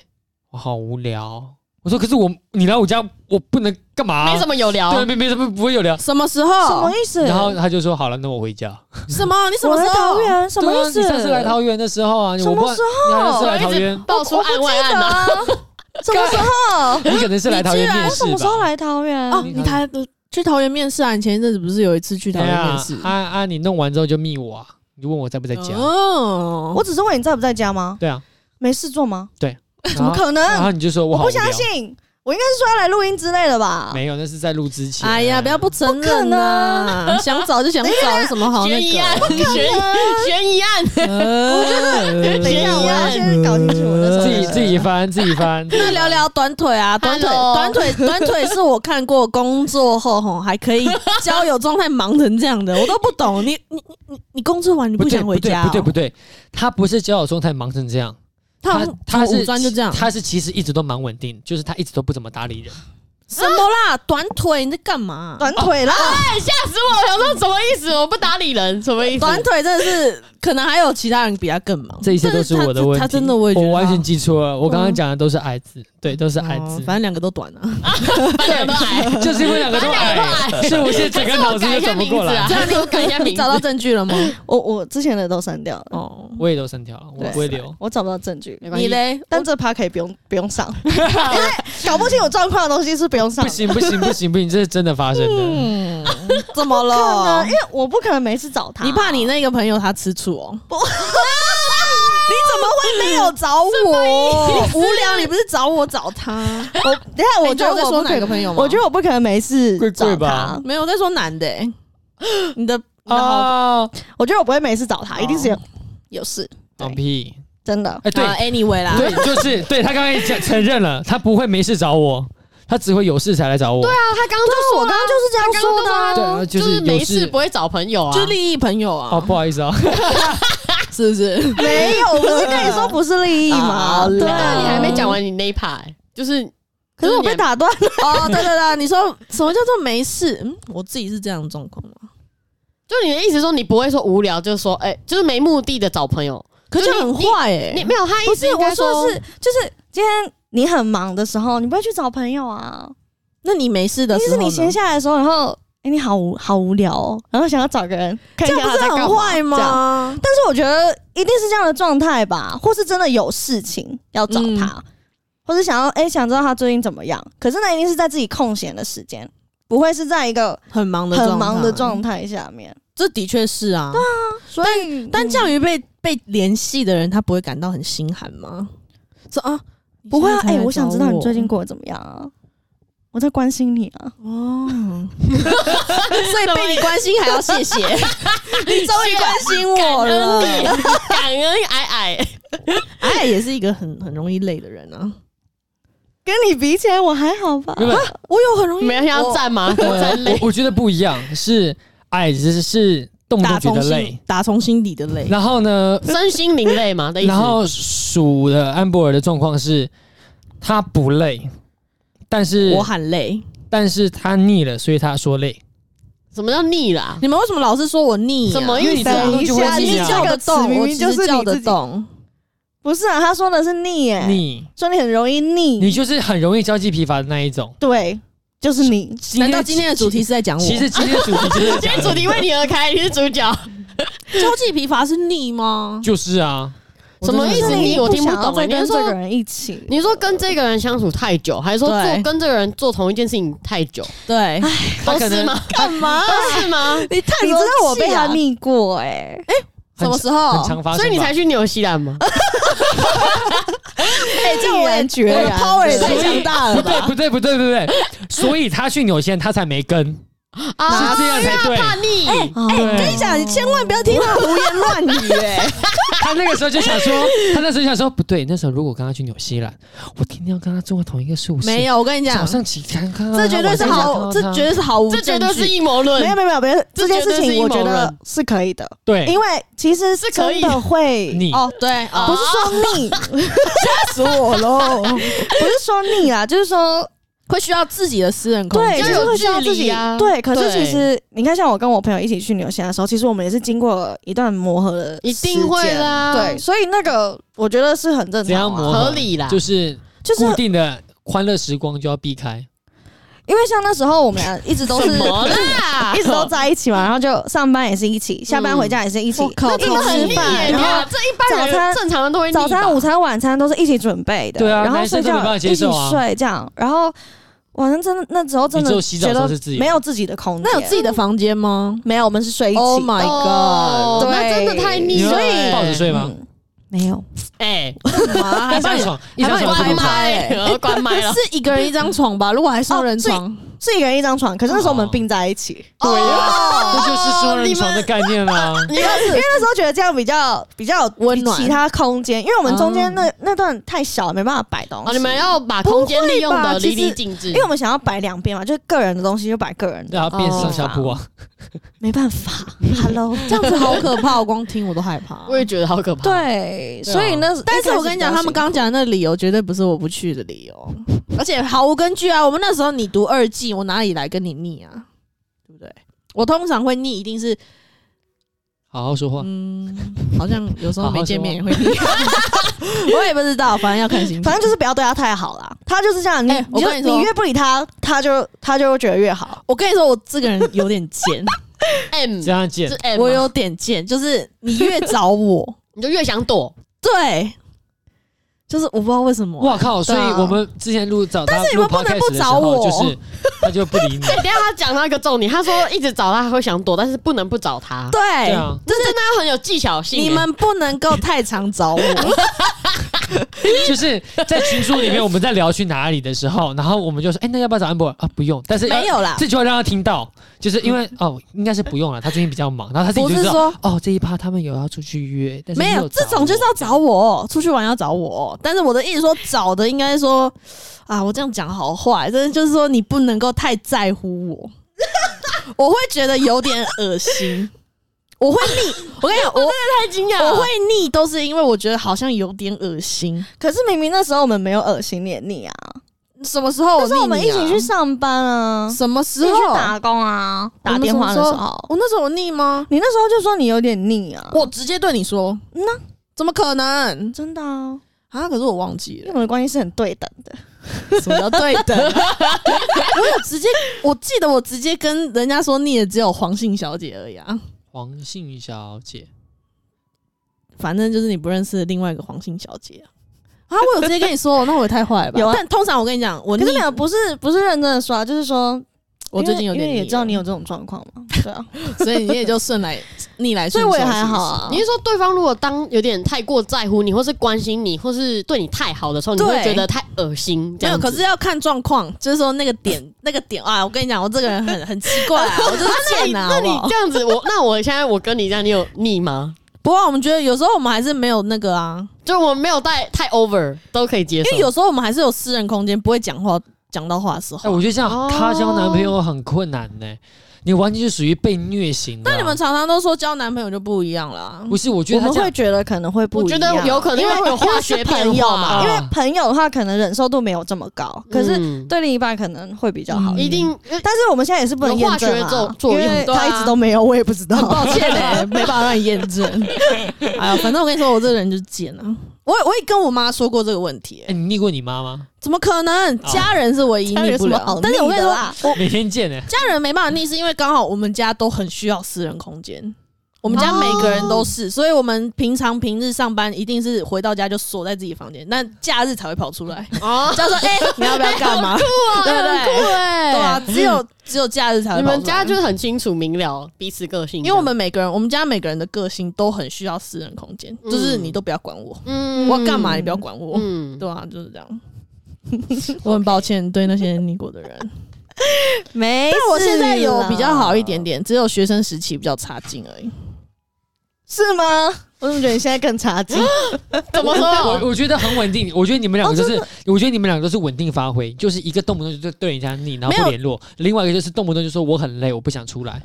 A: 我好无聊哦。我说可是我你来我家，我不能干嘛？
B: 没什么有聊
A: 对，。没没什么不会有聊。
C: 什么时候？
D: 什么意思？
A: 然后他就说好了，那我回家。
C: 什么？你什么
D: 我
C: 时
D: 来
C: 候
D: 桃？园？什么
A: 对啊
D: 意思？
A: 你上次来桃园的时候啊，你
D: 什
A: 我不
D: 么
A: 知
D: 时
A: 道你还是来桃园，
B: 爆出案外案啊！
D: 啊？ 什 么时候？
A: 你可能是来桃园面试
D: 什么时候
A: 吧？
D: 来桃园？
C: 哦，
A: 你
C: 你台去桃园面试啊？你前一阵子不是有一次去桃
A: 对
C: 园
A: 啊
C: 面试，？
A: 啊啊！你弄完之后就密我啊，你问我在不在家？
C: 哦，
D: 我只是问你在不在家吗？
A: 对啊，
D: 没事做吗？
A: 怎
D: 怎么可能？
C: 啊
A: 然后你就说我
D: 我
A: 好
D: 不
A: 无聊
D: 相，信，啊我应该是说要来录音之类的吧？
A: 没有，那是在录之前。
C: 哎呀，不要不承认
A: 啊
C: 呐！想找就想找，有什么好
A: 哎
B: 悬
C: 那
B: 疑
C: 个？
B: 案，悬悬疑案，
A: 呃，
D: 等一下，我要先搞清楚我的
A: 自己自己翻 自己翻。
C: 那聊聊短腿 啊，短腿，
B: Hello
C: 短腿，短腿是我看过工作后吼还可以交友状态忙成这样的，我都不懂。你你你你工作完你
A: 不
C: 想回家哦？
A: 不对不对不对，他不是交友状态忙成这样，
C: 他好像
A: 他
C: 从
A: 是
C: 五专就这样，
A: 他是其实一直都蛮稳定，就是他一直都不怎么搭理人。
C: 什么啦？短腿你在干嘛？
D: 短腿啦，
B: 哎吓死我！我想说什么意思？我不搭理人，什么意思？
C: 短腿真的是，可能还有其他人比他更忙。
A: 这一切都是我的问题。
C: 他真的我也觉得
A: 我完全
C: 他
A: 记错了，我刚刚讲的都是矮子，对，都是矮
C: 哦
A: 子，
C: 反正两个都短啊。
B: 反正都矮，
A: 就是因为两个都矮，是我现在整个脑子
B: 改
A: 就
B: 一下
A: 转不
B: 名
A: 过
B: 字啊
A: 来。！
B: 你给我改一下名
C: 你
B: 字
C: 找。到证据了吗？
D: 我我之前的都删掉了，
C: 哦，
A: 我也都删掉了，我
D: 对
A: 不会留。
D: 我找不到证据，
B: 没关系
C: 你嘞？
D: 但这趴可以不用不用 上，因为搞不清楚状况的东西是不用上
A: 不
D: 的。
A: 行不行不行不行，这是真的发生的。
C: 嗯，怎么
D: 不可能，哎
C: 了
D: 因？为我不可能每次找他。
C: 你怕 你那个朋友他吃醋哦？
D: 你怎么会没有找我？
C: 无聊，你不是找我找他？
D: 我等一下，我
C: 哎你知
D: 觉
C: 道
D: 得
C: 我在
D: 我
C: 说
D: 不可
C: 哪个
D: 能，
C: 朋友吗？
D: 我觉得我不可能没事
A: 贵贵
D: 找
A: 吧
D: 他。
C: 没有我在说男的欸，你的然后
A: 哦，
D: 我觉得我不会没事找他，
C: 哦
D: 一定是有有事，
A: 放屁！
D: 真的。
A: 哎，对
C: 好啊 anyway 啦，
A: 对，就是对他刚刚也讲承认了，他不会没事找我，他只会有事才来找我。对啊，
B: 他刚刚就
D: 我刚刚就是这样说的啊，
A: 对啊，
B: 就
A: 就是有
B: 没
A: 事
B: 事不会找朋友啊，
C: 就利益朋友
A: 哦，
C: 啊，
A: 不好意思啊，
C: 是不是？
D: 没有，我不是跟你说不是利益
B: 啊
D: 吗？
B: 好啦
D: 对
B: 那
D: 啊，
B: 你
D: 你还
B: 还没
D: 没讲，
B: 讲完你那一趴、欸，就是
D: 可是我被打断了。
C: 哦，对对对，你说什么叫做没事？嗯，我自己是这样的状况啊吗？
B: 就你的意思说你不会说无聊，就是说哎、就是没目的的找朋友，
C: 可是
B: 就你
C: 很坏哎、
B: 你没有他意
D: 不
B: 思
D: 是，
B: 应
D: 我
B: 该
D: 说
B: 说
D: 的是就是今天你很忙的时候，你不会去找朋友啊。
C: 那你没事的
D: 一定
C: 时
D: 是
C: 啊候呢，
D: 你闲下来的时候，然后哎，你好无好无聊哦，然后想要找个人看一
C: 这
D: 下
C: 样
D: 他
C: 不是
D: 在干
C: 很坏
D: 嘛这样
C: 吗？
D: 但是我觉得一定是这样的状态吧，或是真的有事情要找他，或是想要哎、想知道他最近怎么样。可是那一定是在自己空闲的时间，不会是在一个
C: 很忙的状态
D: 很忙的，状态下面。
C: 这的确是啊。
D: 所以，
C: 但
D: 嗯
C: 这样于被被联系的人，他不会感到很心寒吗？说啊，你
D: 不会啊
C: 现在？才
D: 哎、
C: 来
D: 我想
C: 找
D: 知道你最近过得怎么样啊？我在关心你 啊！
C: 哦，所以被你关心还要 谢谢，你终于关心我了。
B: 感恩矮矮，
C: 哎，也是一个很很容易累的人啊。
D: 跟你比起来，我还好吧？啊
A: 没有没有
C: 我有很容 易
B: 没有要站吗？站累
A: 我，我觉得不一样，是矮子是动不
C: 打
A: 动觉
C: 从
A: 得
C: 心
A: 累，
C: 打从心底的累。
A: 然后呢，
B: 身心灵累嘛的意思。
A: 然后鼠的安博尔的状况是，他不累，但是
C: 我喊累，
A: 但是他腻了，所以他说累。
B: 什么叫腻啦？
C: 你们为什么老是说我腻、啊？
B: 什么
A: 因为
B: 意
A: 你
B: 思、
A: 这
B: 啊
A: 样？东西会
C: 我其
A: 腻
C: 实
D: 这
A: 啊
C: 叫
D: 个
C: 得
D: 词
C: 动，
D: 明
C: 我
D: 明
C: 其
D: 就
C: 实
D: 是
C: 叫
D: 你
C: 得
D: 自己
C: 动。
D: 不是啊，他说的是腻哎、
A: 腻，
D: 说你很容易腻，
A: 你就是很容易交际疲乏的那一种。
D: 对，就是你。
C: 难道今天的主题是在讲我？
A: 其实今天的主题就是在
B: 今
A: 讲
B: 天主题为你而开，你是主角，
C: 交际疲乏是腻吗？
A: 就是啊，
B: 什么意
D: 就
B: 思？
D: 是
B: 腻我听不
D: 想要
B: 懂、欸。你是
D: 再跟这个
B: 说
D: 人一起，
B: 你是说跟这个人相处太久，还是说
C: 对
B: 做跟这个人做同一件事情太久？
C: 对，
A: 他
B: 都
A: 可
B: 是
A: 能
B: 吗？
C: 哎干嘛？
B: 都是吗？
C: 你太
D: 你知道我被他
C: 腻
D: 腻过哎、
C: 什么时
A: 很
C: 候？
A: 常发生吧，
B: 所以你才去纽西兰 吗？
D: 哎、这我也觉
C: 我的
D: 得
C: power
D: 啊
C: 也
A: 所
C: 太
A: 以
C: 强 大
A: 不
C: 了
A: 对
C: 吧？
A: 不对不对不对，所以他去纽西兰他才没跟，是
B: 啊，
A: 这样才对。
B: 怕腻。
D: 哎啊
A: 对
C: 跟你讲，你千万不要听他胡言乱语、哎，
A: 他那个时候就 想说，他那时候就想说不对，那时候如果跟他去纽西兰，我天天要跟他坐同一个宿舍，
C: 没有，我跟你
A: 早
C: 讲，
A: 上起床看到他
C: 这绝对是毫，
A: 晚上再
C: 这
A: 看到他
C: 绝对是毫无
B: 这绝对
C: 证
B: 是
C: 据
B: 阴谋论
D: 没。有没有没有，别的
B: 这
D: 这件事情我觉得是可以的，
A: 对
D: 因为其实
B: 哎是可以
D: 真的会
A: 腻
D: 哦，
C: 哦，对啊，
D: 不是说 腻，
C: 吓死我喽！
D: 不是说腻 啊，就是说
C: 会需要自己的私人空
D: 对，
C: 间，
D: 就
B: 就是有
D: 会需要自
B: 距
D: 己
B: 离啊
D: 对。可是
B: 对
D: 其实你看，像我跟我朋友一起去纽西兰的时候，其实我们也是经过一段磨合的时间，
B: 一定会啦
D: 对，所以那个我觉得是很正
A: 怎样
D: 常
A: 磨
D: 啊，
A: 合
B: 合理啦
A: 就是
D: 就是
A: 固定的欢乐时光就要避开，
D: 因为像那时候我们俩一直都是
B: 什么啦
D: 一直都在一起嘛，然后就上班也是一起，下班回家也是一起，
C: 我靠
D: 一
B: 这个很
D: 起
B: 腻
D: 吃
B: 耶
D: 饭，
B: 你
D: 然后
B: 看这一般
D: 早
B: 人
D: 餐
B: 正常人都会腻吧
D: 早餐、午餐、晚餐都是一起准备的，
A: 对啊
D: 然后
A: 男生
D: 睡
A: 都没办
D: 觉
A: 法
D: 一
A: 接
D: 起
A: 受啊
D: 睡这样，然后晚上真的那时候真
A: 你
D: 的
A: 只有洗澡
D: 觉
A: 的时候
D: 得
A: 是自己的
D: 没有自己的空间，
C: 那有自己的房间吗
D: 没有，我们是睡一起
C: ？Oh my
B: 哦
C: god！
B: 那真的
C: 哎
B: 太腻了。
A: 所以抱着睡吗？
D: 嗯没有，
B: 哎，
C: 哇，
A: 一 张床，一
C: 还
A: 张
C: 帮你
A: 床不能
B: 关
C: 关麦
A: 躺
B: 哦 麦，关麦了。
C: 是一个人一张床吧？如果还双人床，
D: 是一个人一张床，可是那时候我
A: 哦
D: 们并在一起，
A: 对呀，
C: 哦
A: 这就是双人床的概念啦。
D: 因为那时候觉得这样比较比较有
C: 温暖
D: 其他空间，因为我们中间那那段太小，没办法摆东
B: 哦，
D: 西
B: 你。们要把空间利用的淋漓尽致
D: 因为。我们想要摆两边嘛，就是个人的东西就摆个人的，
A: 对啊，变上下铺啊，
D: 没办 法，Hello，
C: 这样子好可怕，我光听我都害怕。
B: 我也觉得好可怕。，
D: 对，啊所以那，
C: 但是我跟你讲，他们刚刚讲的那理由绝对不是我不去的理由，而且毫无根据啊！我们那时候你读二季，我哪里来跟你腻啊？对不对？我通常会腻，一定是
A: 好好说话。
C: 嗯，好像有时候没见面也会腻， 我也不知道，反正要看心情。
D: 反正就是不要对他太好啦。他就是这样，你
C: 哎我
D: 你就
C: 跟你说
D: 你越不理他，他就他就觉得越好。
C: 我跟你说，我这个人有点 贱，
B: M
A: 这样见
B: 是 M，
C: 我
B: 吗
C: 有点贱，就是你越找我，
B: 你就越想躲。
C: 对，就是我不知道为什么、
A: 哇靠！所以我们之前录找他
C: 啊但是你
A: 录
C: 们不
A: podcast
C: 能
A: 的
C: 不
A: 时候，
C: 找我
A: 就是他就不 理你。
B: 哎，等一下他讲到一个重点，他说一直找他会想躲，但是不能不找他。
C: 对，
A: 对啊，
B: 这真的要很有技巧性。
C: 你们不能够太常找 我，
A: 就是在群组里面我们在聊去哪里的时候，然后我们就说，哎，那要不要找安博尔啊？不用，但是要
C: 没有啦。嗯
A: 这句话让他听到，就是因为哦，应该是不用了，他最近比较忙，然后他自己
C: 不
A: 就是知道
C: 说
A: 哦，这一趴他们有要出去约，但是
C: 没有，
A: 找
C: 这种就是要找我出去玩要找我，但是我的意思说找的应该说啊，我这样讲好坏，真的就是说你不能够太在乎 我，我会觉得有点恶心，我会 腻。我跟你讲，我
B: 太惊讶了，
C: 我会腻都是因为我觉得好像有点恶心。
D: 可是明明那时候我们没有恶心脸你啊，
C: 什么时候
D: 哦那时候我们一起去
C: 去
D: 上班啊，
C: 啊什么时
D: 一起去
C: 候
D: 打工啊，打电话的时
C: 哦我们什么
D: 候，
C: 我哦那时候有腻吗？
D: 你那时候就说你有点腻啊，
C: 我直接对你说，
D: 嗯呐
C: 怎么可能
D: 真的啊，
C: 啊？可是我忘记
D: 因为
C: 了
D: 我，们的关系是很对等的。
C: 什么叫对等？啊 我有直接，我记得我直接跟人家说腻的只有黄姓小姐而已啊。
A: 黄姓小姐，
C: 反正就是你不认识的另外一个黄姓小姐啊。啊，我有直接跟你说， 那我也太坏了吧？
D: 有啊
C: 但通常我跟你讲，我
D: 可
C: 腻
D: 是，没有，不是不是认真的说啊，就是说，
C: 我最近有
D: 因为
C: 点
D: 因为也
C: 腻
D: 知道
C: 了
D: 你有这种状况嘛，对啊，
C: 所以你也就顺来逆来
D: 所
C: 顺
D: 以
C: 受，
D: 我也还好
C: 是不是
D: 啊。
B: 你是说对方如果当有点太过在乎你，或是关心你，或是对你太好的时候，你
C: 对
B: 会觉得太恶心？这
C: 没有，
B: 样
C: 可是要看状况，就是说那个 点，那个点啊，我跟你讲，我这个人很很奇怪、 啊，我就是
B: 那你
C: 贱啊，
B: 那
C: 好不
B: 你
C: 好？
B: 这样子，我那我现在我跟你这样，你有腻吗？
C: 不过我们觉得有时候我们还是没有那个啊，
B: 就我没有带太 over 都可以接
C: 因
B: 受，
C: 为有时候我们还是有私人空间，不会讲话讲到话的时
A: 哎，
C: 候。
A: 我觉得这样
B: 哦
A: 她交男朋友很困难呢，你完全是属于被虐型的啊。
C: 那你们常常都说交男朋友就不一样了啊、
A: 不是？我觉得
D: 我
A: 她
D: 们
A: 这
D: 会
A: 样
D: 觉得可能会不
B: 我
D: 一
B: 觉
D: 样，
B: 得有可能
D: 因
B: 因为
D: 为
B: 有化学
D: 因为是朋
B: 变
D: 友
B: 化
D: 嘛，因为
A: 啊
D: 朋友的话可能忍受度没有这么高，可是
B: 嗯
D: 对另嗯一半可能会比较好。
B: 一定
D: 但是我们现在也是不能
B: 有化
D: 验证
B: 学作
D: 啊，
B: 作用
D: 因为
C: 对啊
D: 他一直都没有，我也不知道。
C: 抱歉嘞、没办法让你验 证。哎呀，反正我跟你说，我这个人就是贱啊！我也我也跟我妈说过这个问题、欸
A: 哎，你腻过你妈吗？
C: 怎么可能？
A: 哦
C: 家人是唯一
D: 家人
C: 腻
D: 有
C: 不
D: 什么
C: 了
D: 好，
C: 但是我跟你
D: 腻的
C: 说，
D: 啦
C: 我
A: 每天见呢。
C: 家人没办法腻，是因为刚好我们家都很需要私人空间，我们家每个人都
B: 哦
C: 是，所以我们平常平日上班一定是回到家就锁在自己房间，但假日才会跑 出来，
B: 啊，
C: 叫说哎、你要不要干嘛？对不
B: 很
C: 对？
B: 酷哎，
C: 对啊，只有只有假日才会
B: 你
C: 跑出来。
B: 们家就是很清楚明了彼此个性，
C: 啊因为我们每个人，我们家每个人的个性都很需要私人空间，
B: 嗯
C: 就是你都不要管我，
B: 嗯
C: 我要干嘛你不要管我，
B: 嗯，
C: 对啊，就是这 样。我很抱歉对那些逆过的人，
D: 没
C: 但我
D: 事
C: 现在有比较好一点
D: 啦，
C: 点，只有学生时期比较差劲而已。
D: 是吗？ 我怎么觉得你现在更差劲？
B: 怎 么说？
A: 我我觉得很稳定，我觉得你们两个
C: 哦
A: 就是，我觉得你们两个都是稳定发挥，就是一个动不动就对人家腻，然后
C: 没
A: 不
C: 有
A: 联络；，另外一个就是动不动就说我很累，我不想出 来。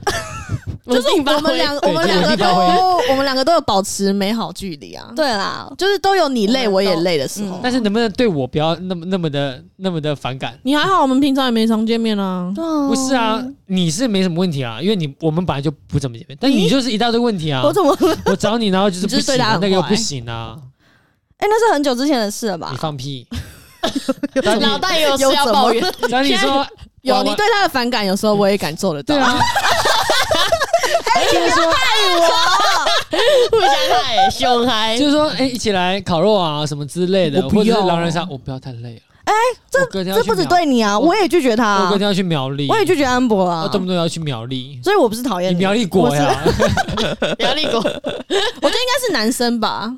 C: 就是我们两
A: 对
C: 我们两
A: 就
C: 个
A: 是
C: 都
A: 发挥
C: 我们两个都有保持美好距离啊，，
D: 对啦，
C: 就是都有你累
D: 我
C: 我
D: 们都
C: 也累的时候
D: 嗯。
A: 但是能不能对我不要那么那么的那么的反感？
C: 你还好，我们平常也没常见面啊。
A: 不
D: 不
A: 是啊，，你是没什么问题啊，因为你我们本来就不怎么见面，但你就是一大堆问题啊
D: 我。怎么？
A: 我找你，然后就是不
C: 你就是对
A: 行
C: 他
A: 啊，
C: 很
A: 那个又
C: 坏啊
A: 不行啊，
D: 哎，那是很久之前的事了吧
A: 你？放 屁！
B: 脑袋也有事
C: 有
B: 要
C: 怎么
B: 抱怨，
A: 然后你说
C: 有
A: 我
C: 你对他的反感，有时候我也感受得到。
A: 对啊，就是说
B: 互相害，凶嗨
A: 就，是说，哎，一起来烤肉啊什么之类的，
C: 我不
A: 或者是
C: 要
A: 狼人杀，我不要太累了。哎，这
D: 这不止对你啊，
A: 我
D: 我也拒绝他
A: 我
D: 啊
A: 隔，天要去苗栗，
D: 我也拒绝安博啊
A: 我，动不动要去苗栗，
D: 所以我不是讨厌
C: 嗯
A: 你苗栗
D: 我
A: 国
D: 是
A: 呀，
B: 压力锅，
C: 我觉得应该是男生吧。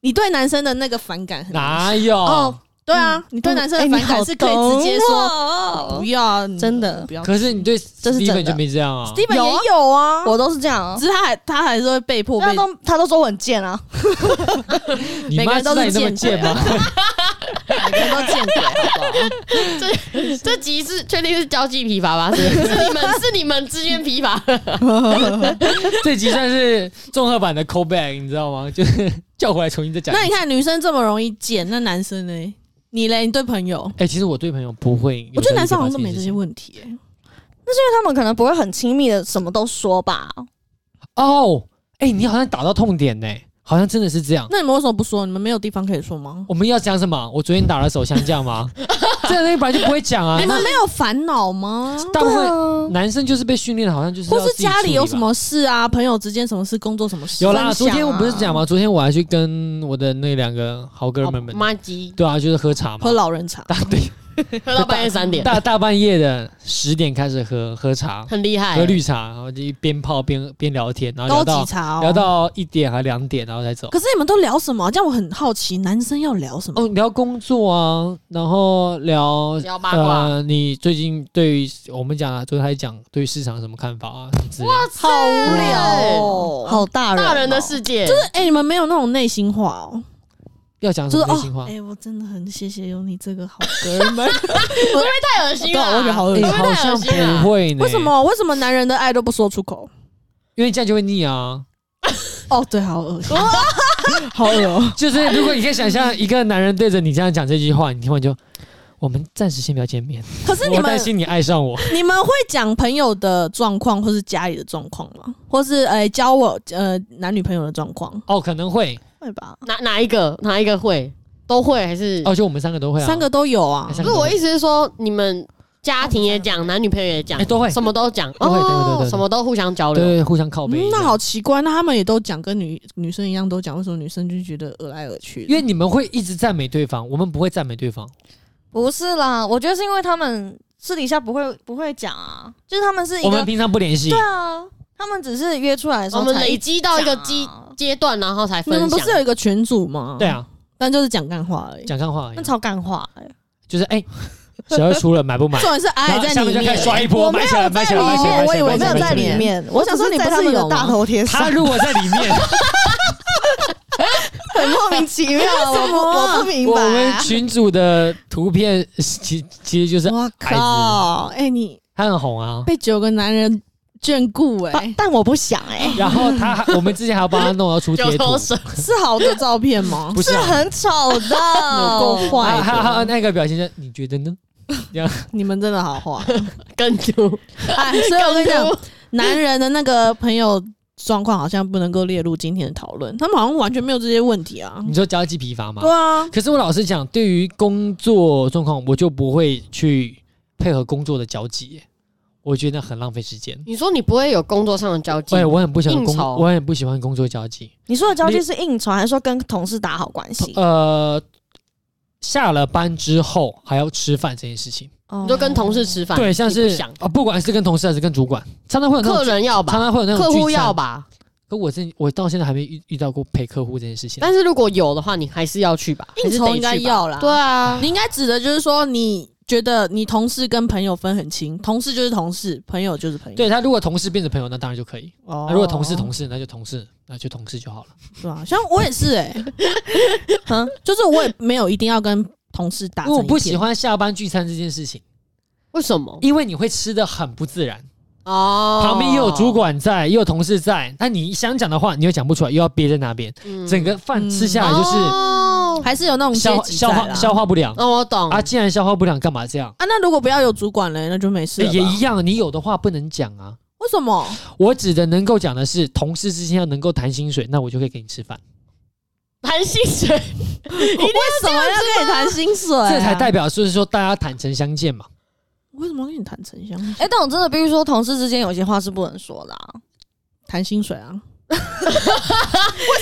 C: 你对男生的那个反感很
A: 哪有？
C: 哦对啊，你对男生
D: 哎
C: 的反感是可以直接说
D: 说
C: 不要啊，
D: 哦真的
C: 不要。
A: 可是你对
D: 这是真
A: Steven
D: 的
A: 就没这样啊？
C: Steven
D: 有啊
C: 也有啊，
D: 我都是这样啊
C: 只，是他还他还是会被迫
D: 他
C: 被
D: 都他都说我很贱啊，
A: 你
C: 每个
A: 妈
C: 人
A: 知道
C: 都
A: 你
C: 是
A: 那么
C: 见鬼
A: 贱吗？
C: 人都见鬼，好 不好？
B: 这这集是确定是交际疲乏吧？是是你们是你们之间疲乏，
A: 这集算是综合版的 callback，你知道吗？就是 叫回来重新再讲一
C: 那
A: 次。
C: 你看女生这么容易见，那男生呢？你嘞？你对朋友？
A: 哎、其实我对朋友不会，
C: 我觉得男生好像都没这些问题、欸。
D: 因为他们可能不会很亲密的什么都说吧，
A: 哦。哎、你好像打到痛点呢、好像真的是这样。
C: 那你们为什么不说？你们没有地方可以说吗？
A: 我们要讲什么？我昨天打了手枪架 吗？这个东西本来就不会讲啊。
C: 哎你
A: 那
C: 们没有烦恼吗？
A: 大部分
D: 啊，
A: 男生就是被训练，好像就是
C: 或
A: 要
C: 是
A: 自己处
C: 家里有
A: 吧
C: 什么事啊？朋友之间什么事？工作什么事？
A: 有啦，
D: 分
A: 昨天
D: 享
A: 我不是
D: 啊
A: 讲吗？昨天我还去跟我的那两个好哥们们，
B: 妈鸡
A: 对啊，就是喝茶嘛
C: 喝，老人茶，
A: 大对
B: 喝到半夜三点，
A: 大大半夜的十点开始喝喝茶，
B: 很厉害
A: 喝。绿茶，然后就一边泡边边聊天，然后
C: 高
A: 聊
C: 级
A: 到
C: 茶哦。
A: 聊到一点还两点，然后才走。
C: 可是你们都聊什么？这样我很好奇，男生要聊什么？
A: 哦，聊工作啊，然后聊
B: 聊八卦
A: 呃，你最近对于我们讲啊，昨天还讲对于市场有什么看法啊什么之类的。
D: 好无聊哦，啊好大人哦，
B: 大人的世界，就是
C: 哎、你们没有那种内心话哦，
A: 要讲什
C: 就是
A: 么
C: 哦
A: 内心，话
C: 哎、？我真的很谢谢有你这个好哥们。
B: 太恶心了，
C: 对我觉得好恶
A: 哎
C: 心
B: 会不
A: 好
B: 会太
A: 像
B: 恶心了
A: 不？会呢。
C: 为什？么？为什么男人的爱都不说出口？
A: 因为这样就会腻啊。
C: 哦，对，好恶心，好恶哦、
A: 就是如果你可以想象一个男人对着你这样讲这句话，你听完就，我们暂时先不要见面，
C: 可是你
A: 我
C: 们
A: 担心你爱上我。
C: 你们会讲朋友的状况，或是家里的状况吗？或是哎、交我呃男女朋友的状况？
A: 哦，可能会，
D: 会吧？
B: 哪哪一个哪一个会都会还是？
A: 哦，就我们三个都会啊，
C: 三个都有啊
A: 哎，三
B: 不
A: 个
B: 是
A: 都
B: 我
A: 会
B: 意思是说，你们家庭也讲，男女朋友也讲
A: 哎，都会，
B: 啊什么都讲，
A: 都会对对对
B: 哦
A: 对，
B: 什么都互相交
A: 对
B: 流。
A: 对，互相靠背
C: 嗯。那
A: 这样
C: 好，奇怪，那他们也都讲，跟女女生一样都讲，为什么女生就觉得恶来恶去的？
A: 因为你们会一直赞美对方，我们不会赞美对方。
D: 不是啦，我觉得是因为他们私底下不会不会讲啊，就是他们是一
A: 我们
D: 个
A: 平常不联系
D: 对，啊，他们只是约出来的时
B: 我
D: 候
B: 们
D: 才
B: 累积到一个
D: 讲
B: 阶
D: 啊
B: 阶段，然后才
C: 你们
B: 分
C: 不
B: 享
C: 是。有一个群组吗？
A: 对，啊，
C: 但就是讲干话而已。
A: 讲干话而已啊
D: 那，超干话哎，
A: 就是哎，小二出了买 不买？
C: 重点是
A: 然
C: 矮
A: 后
C: 在
A: 下
C: 里
A: 面就开
C: 面
A: 始，刷一波，买起来，买起来，买起来，买
D: 我
A: 起来
D: 以为
A: 买起来，
D: 没有在
A: 买起
D: 里
A: 来。
D: 面，我想说你在他们的大头贴
A: 他
D: 上，
A: 如果在里面，
D: 很莫名其 妙，
C: 什么
D: 我
C: 啊
D: 我不明
A: 我
D: 白
A: 们
D: 啊。
A: 群主的图片其其实就是
C: 我
A: 矮子
C: 靠！哎、你
A: 他很红啊。
C: 被九个男人眷顾哎、
D: 但但我不想哎，
A: 然后他还，我们之前还要帮他弄要出贴
B: 九
A: 图，
B: 头蛇，
C: 是好的照片 吗？
A: 不是
D: 是
A: 啊，
D: 很丑 的，
C: 有够坏
A: 还还还有
C: 的，
A: 那个表情就，你觉得呢？
C: 你们真的好坏。
B: 跟 丢，
C: 哎，所以我跟你讲，男人的那个朋友状况好像不能够列入今天的讨论，他们好像完全没有这些问题啊。
A: 你说交际疲乏吗
B: 嗯
C: 对？啊，
A: 可是我老实讲，对于工作状况，我就不会去配合工作的交际，我觉得很浪费时间。
B: 你说你不会有工作上的交际
A: 哎，，我很不喜欢工
B: 应，酬
A: 我很不喜欢工作交际。
D: 你说的交际是应酬，还是说跟同事打好关系？
A: 呃，下了班之后还要吃饭这件事情，
D: 你
C: 哦
B: 你就跟同事吃饭，
A: 对，像
B: 你不
A: 是
B: 想
A: 啊，不管是跟同事还是跟主管，常常会有那
B: 客
A: 种，
B: 人要
A: 常
B: 吧，
A: 常会有那种
B: 客户
A: 聚餐
B: 要。吧，
A: 可我是我到现在还没遇遇到过陪客户这件事情。
B: 但是如果有的话，你还是要去吧，
C: 应酬应该
B: 还是得去吧。
C: 要
D: 哦
C: 啦。
B: 对，啊，
C: 你应该指的就是说，你觉得你同事跟朋友分很清，同事就是同事，朋友就是朋友。
A: 对他如果同事变成朋友，那当然就可以。
C: 哦
A: 那啊如果同事同事，那就同事，那就同事就好了。
C: 对啊，像我也是哎、
D: 嗯
C: 就是我也没有一定要跟同事打
A: 因
C: 成
A: 为我
C: 啊一片。哦
A: 不喜欢下班聚餐这件事情，
B: 为什么？
A: 因为你会吃的很不自然。
B: 哦
A: 旁边也有主，管在，也有同事在，那你想讲的话，你又讲不出来，又要憋在那边，
B: 嗯
A: 整个饭吃下来就是
B: 哦，
C: 还是有那种阶
A: 消
C: 级
A: 消
C: 在
A: 化
C: 啦嗯
A: 消化不良
B: 那我懂
A: 啊！既然消化不良，干嘛这样？
C: 啊。那如果不要有主管嘞，那就没事了吧、
A: 哎也一样，你有的话不能讲啊。
C: 为什么？
A: 我指的能够讲的是，同事之间要能够谈薪水，那我就可以给你吃饭，
B: 谈薪水，
C: 为什么要跟你谈薪水、
A: 啊这才代。表就是说大家坦诚相见嘛。
C: 为什么要跟你谈成相？
D: 哎，但我真的必须说，同事之间有些话是不能说的啊。
C: 谈薪 水啊？为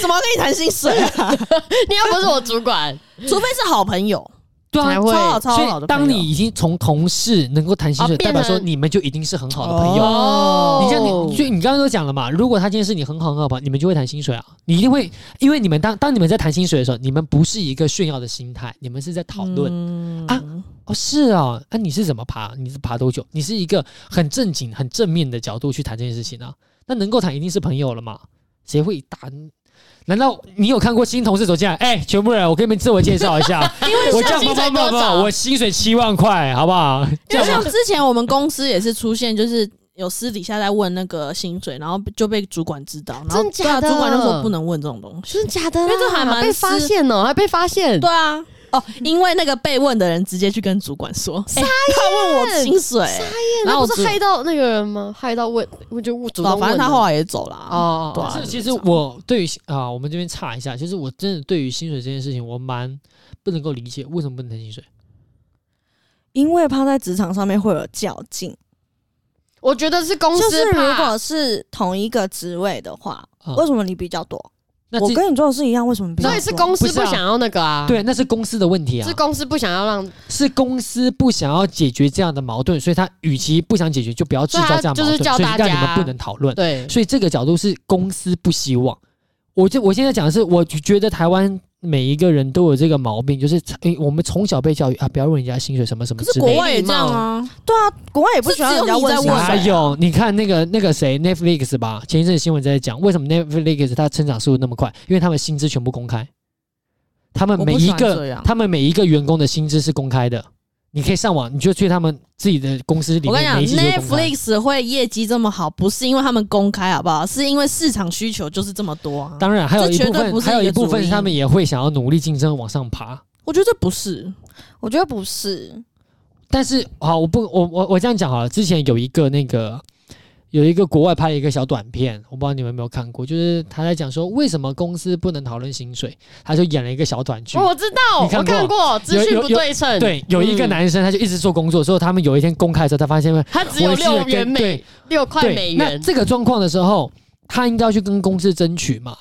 C: 什么要跟你谈薪水啊？
B: 你又不是我主管，
C: 除非是好朋友。
A: 对啊
B: 才，会
C: 超好超
A: 所
C: 好
A: 以
C: 的朋友。
A: 当你已经从同事能够谈薪水，
B: 哦
A: 代
B: 变
A: 表说
B: 成
A: 你们就一定是很好的朋友。
B: 哦
A: 你像你，就你刚刚都讲了嘛，如果他今天是你很好很好吧，你们就会谈薪水啊，你一定会，因为你们当当你们在谈薪水的时候，你们不是一个炫耀的心态，你们是在讨论、
C: 嗯论
A: 啊，哦，是啊，那、你是怎么爬？你是爬多久？你是一个很正经、很正面的角度去谈这件事情啊，那能够谈一定是朋友了嘛，谁会打？难道你有看过新同事走进来？哎、全部人，我给你们自我介绍一下， 我叫
B: 薪
A: 某
B: 水
A: 某
B: 多
A: 某
B: 少
A: 某，我薪水七万块，好不好？
C: 因为像
A: 啊
C: 之前我们公司也是出现，就是有私底下在问那个薪水，然后就被主管知道，然后
B: 真
C: 对
B: 假
C: 啊，
B: 的
C: 主管就说不能问这种东西。
B: 真的假的啦？
C: 因为这还蛮
B: 被发现哦，还被发现。
C: 对啊，哦，
A: 嗯
C: 因为那个被问的人直接去跟主管说，欸、他问我薪水，
B: 哎
C: 然
B: 那
C: 后
B: 不
C: 我
B: 是
C: 主
B: 害到那个人吗？害到问，我就主
C: 对啊
B: 动
C: 反正他
B: 问
C: 后
B: 了
C: 来也走了啊。
B: 哦，
C: 对啊
A: 是，其
C: 就
A: 实
C: 是这样
A: 我对于啊，我们这边差一下，就是我真的对于薪水这件事情，我蛮不能够理解为什么不能谈薪水。
D: 因为怕在职场上面会有较劲。
B: 我觉得是公
D: 就
B: 司
D: 是如
B: 怕
D: 果是同一个职位的话，
C: 哦
A: 啊
D: 为什么你比较多？
A: 那
D: 我
A: 这
D: 跟你做的是一样，为什么你比较
B: 所
D: 多？
B: 以是公司
A: 不是啊
B: 不想要那个啊，，
A: 对，那是公司的问题啊
B: 是，公司不想要让，
A: 是公司不想要解决这样的矛盾，所以他与其不想解决，就不要制造
B: 对啊
A: 这样的
B: 就
A: 矛
B: 是
A: 盾，所
B: 叫
A: 以
B: 大
A: 让你们
B: 家
A: 不能讨论。
B: 对，
A: 所以这个角度呃是公司不希望。我就我现在讲的是，我觉得台湾每一个人都有这个毛病，就是诶我们从小被教育啊，不要问人家薪水什么什么
C: 可是
A: 之
C: 国
A: 类的。
C: 外也这样啊，
D: 对啊，国外也不
C: 是
D: 喜欢
C: 只有
D: 人家
C: 你
D: 问
C: 在
D: 薪水
C: 问
A: 哪
C: 啊
A: 哎有？你看那个那个谁，Netflix 吧，前一阵新闻在讲，为什
C: 嗯
A: 么 Netflix 它成长速度那么快？因为他们薪资全部公开，他们
C: 我
A: 每
C: 不
A: 一
C: 喜欢这
A: 个
C: 样
A: 他们每一个员工的薪资是公开的，你可以上网，你就去他们自己的公司里
C: 我跟你
A: 面
C: 讲
A: 每一集都公开。
C: ，Netflix 会业绩这么好，不是因为他们公开好不好？是因为市场需求就是这么多啊。
A: 当然，还有
C: 这
A: 一
C: 绝
A: 部
C: 对不
A: 分，
C: 是
A: 还有
C: 一
A: 一
C: 个
A: 部
C: 主
A: 分
C: 因
A: 他们也会想要努力竞争往上爬。
C: 我觉得这不是，
D: 我觉得不是，
A: 但是好，我不，我我我这样讲好了。之前有一个那个有一个国外拍了一个小短片，我不知道你们有没有看过，就是他在讲说为什么公司不能讨论薪水，他就演了一个小短剧。
B: 哦我知道，
A: 你看
B: 我看过资
A: 有
B: 讯
A: 有
B: 不对称，
A: 对，有一个
B: 嗯，
A: 男生他就一直做工作，所以他们有一天公开的时候，他发现
B: 他只有
A: 我的薪水
B: 六
A: 跟
B: 元美，
A: 对
B: 六块美
A: 对，那
B: 元，
A: 这个状况的时候，他应该要去跟公司争取嘛，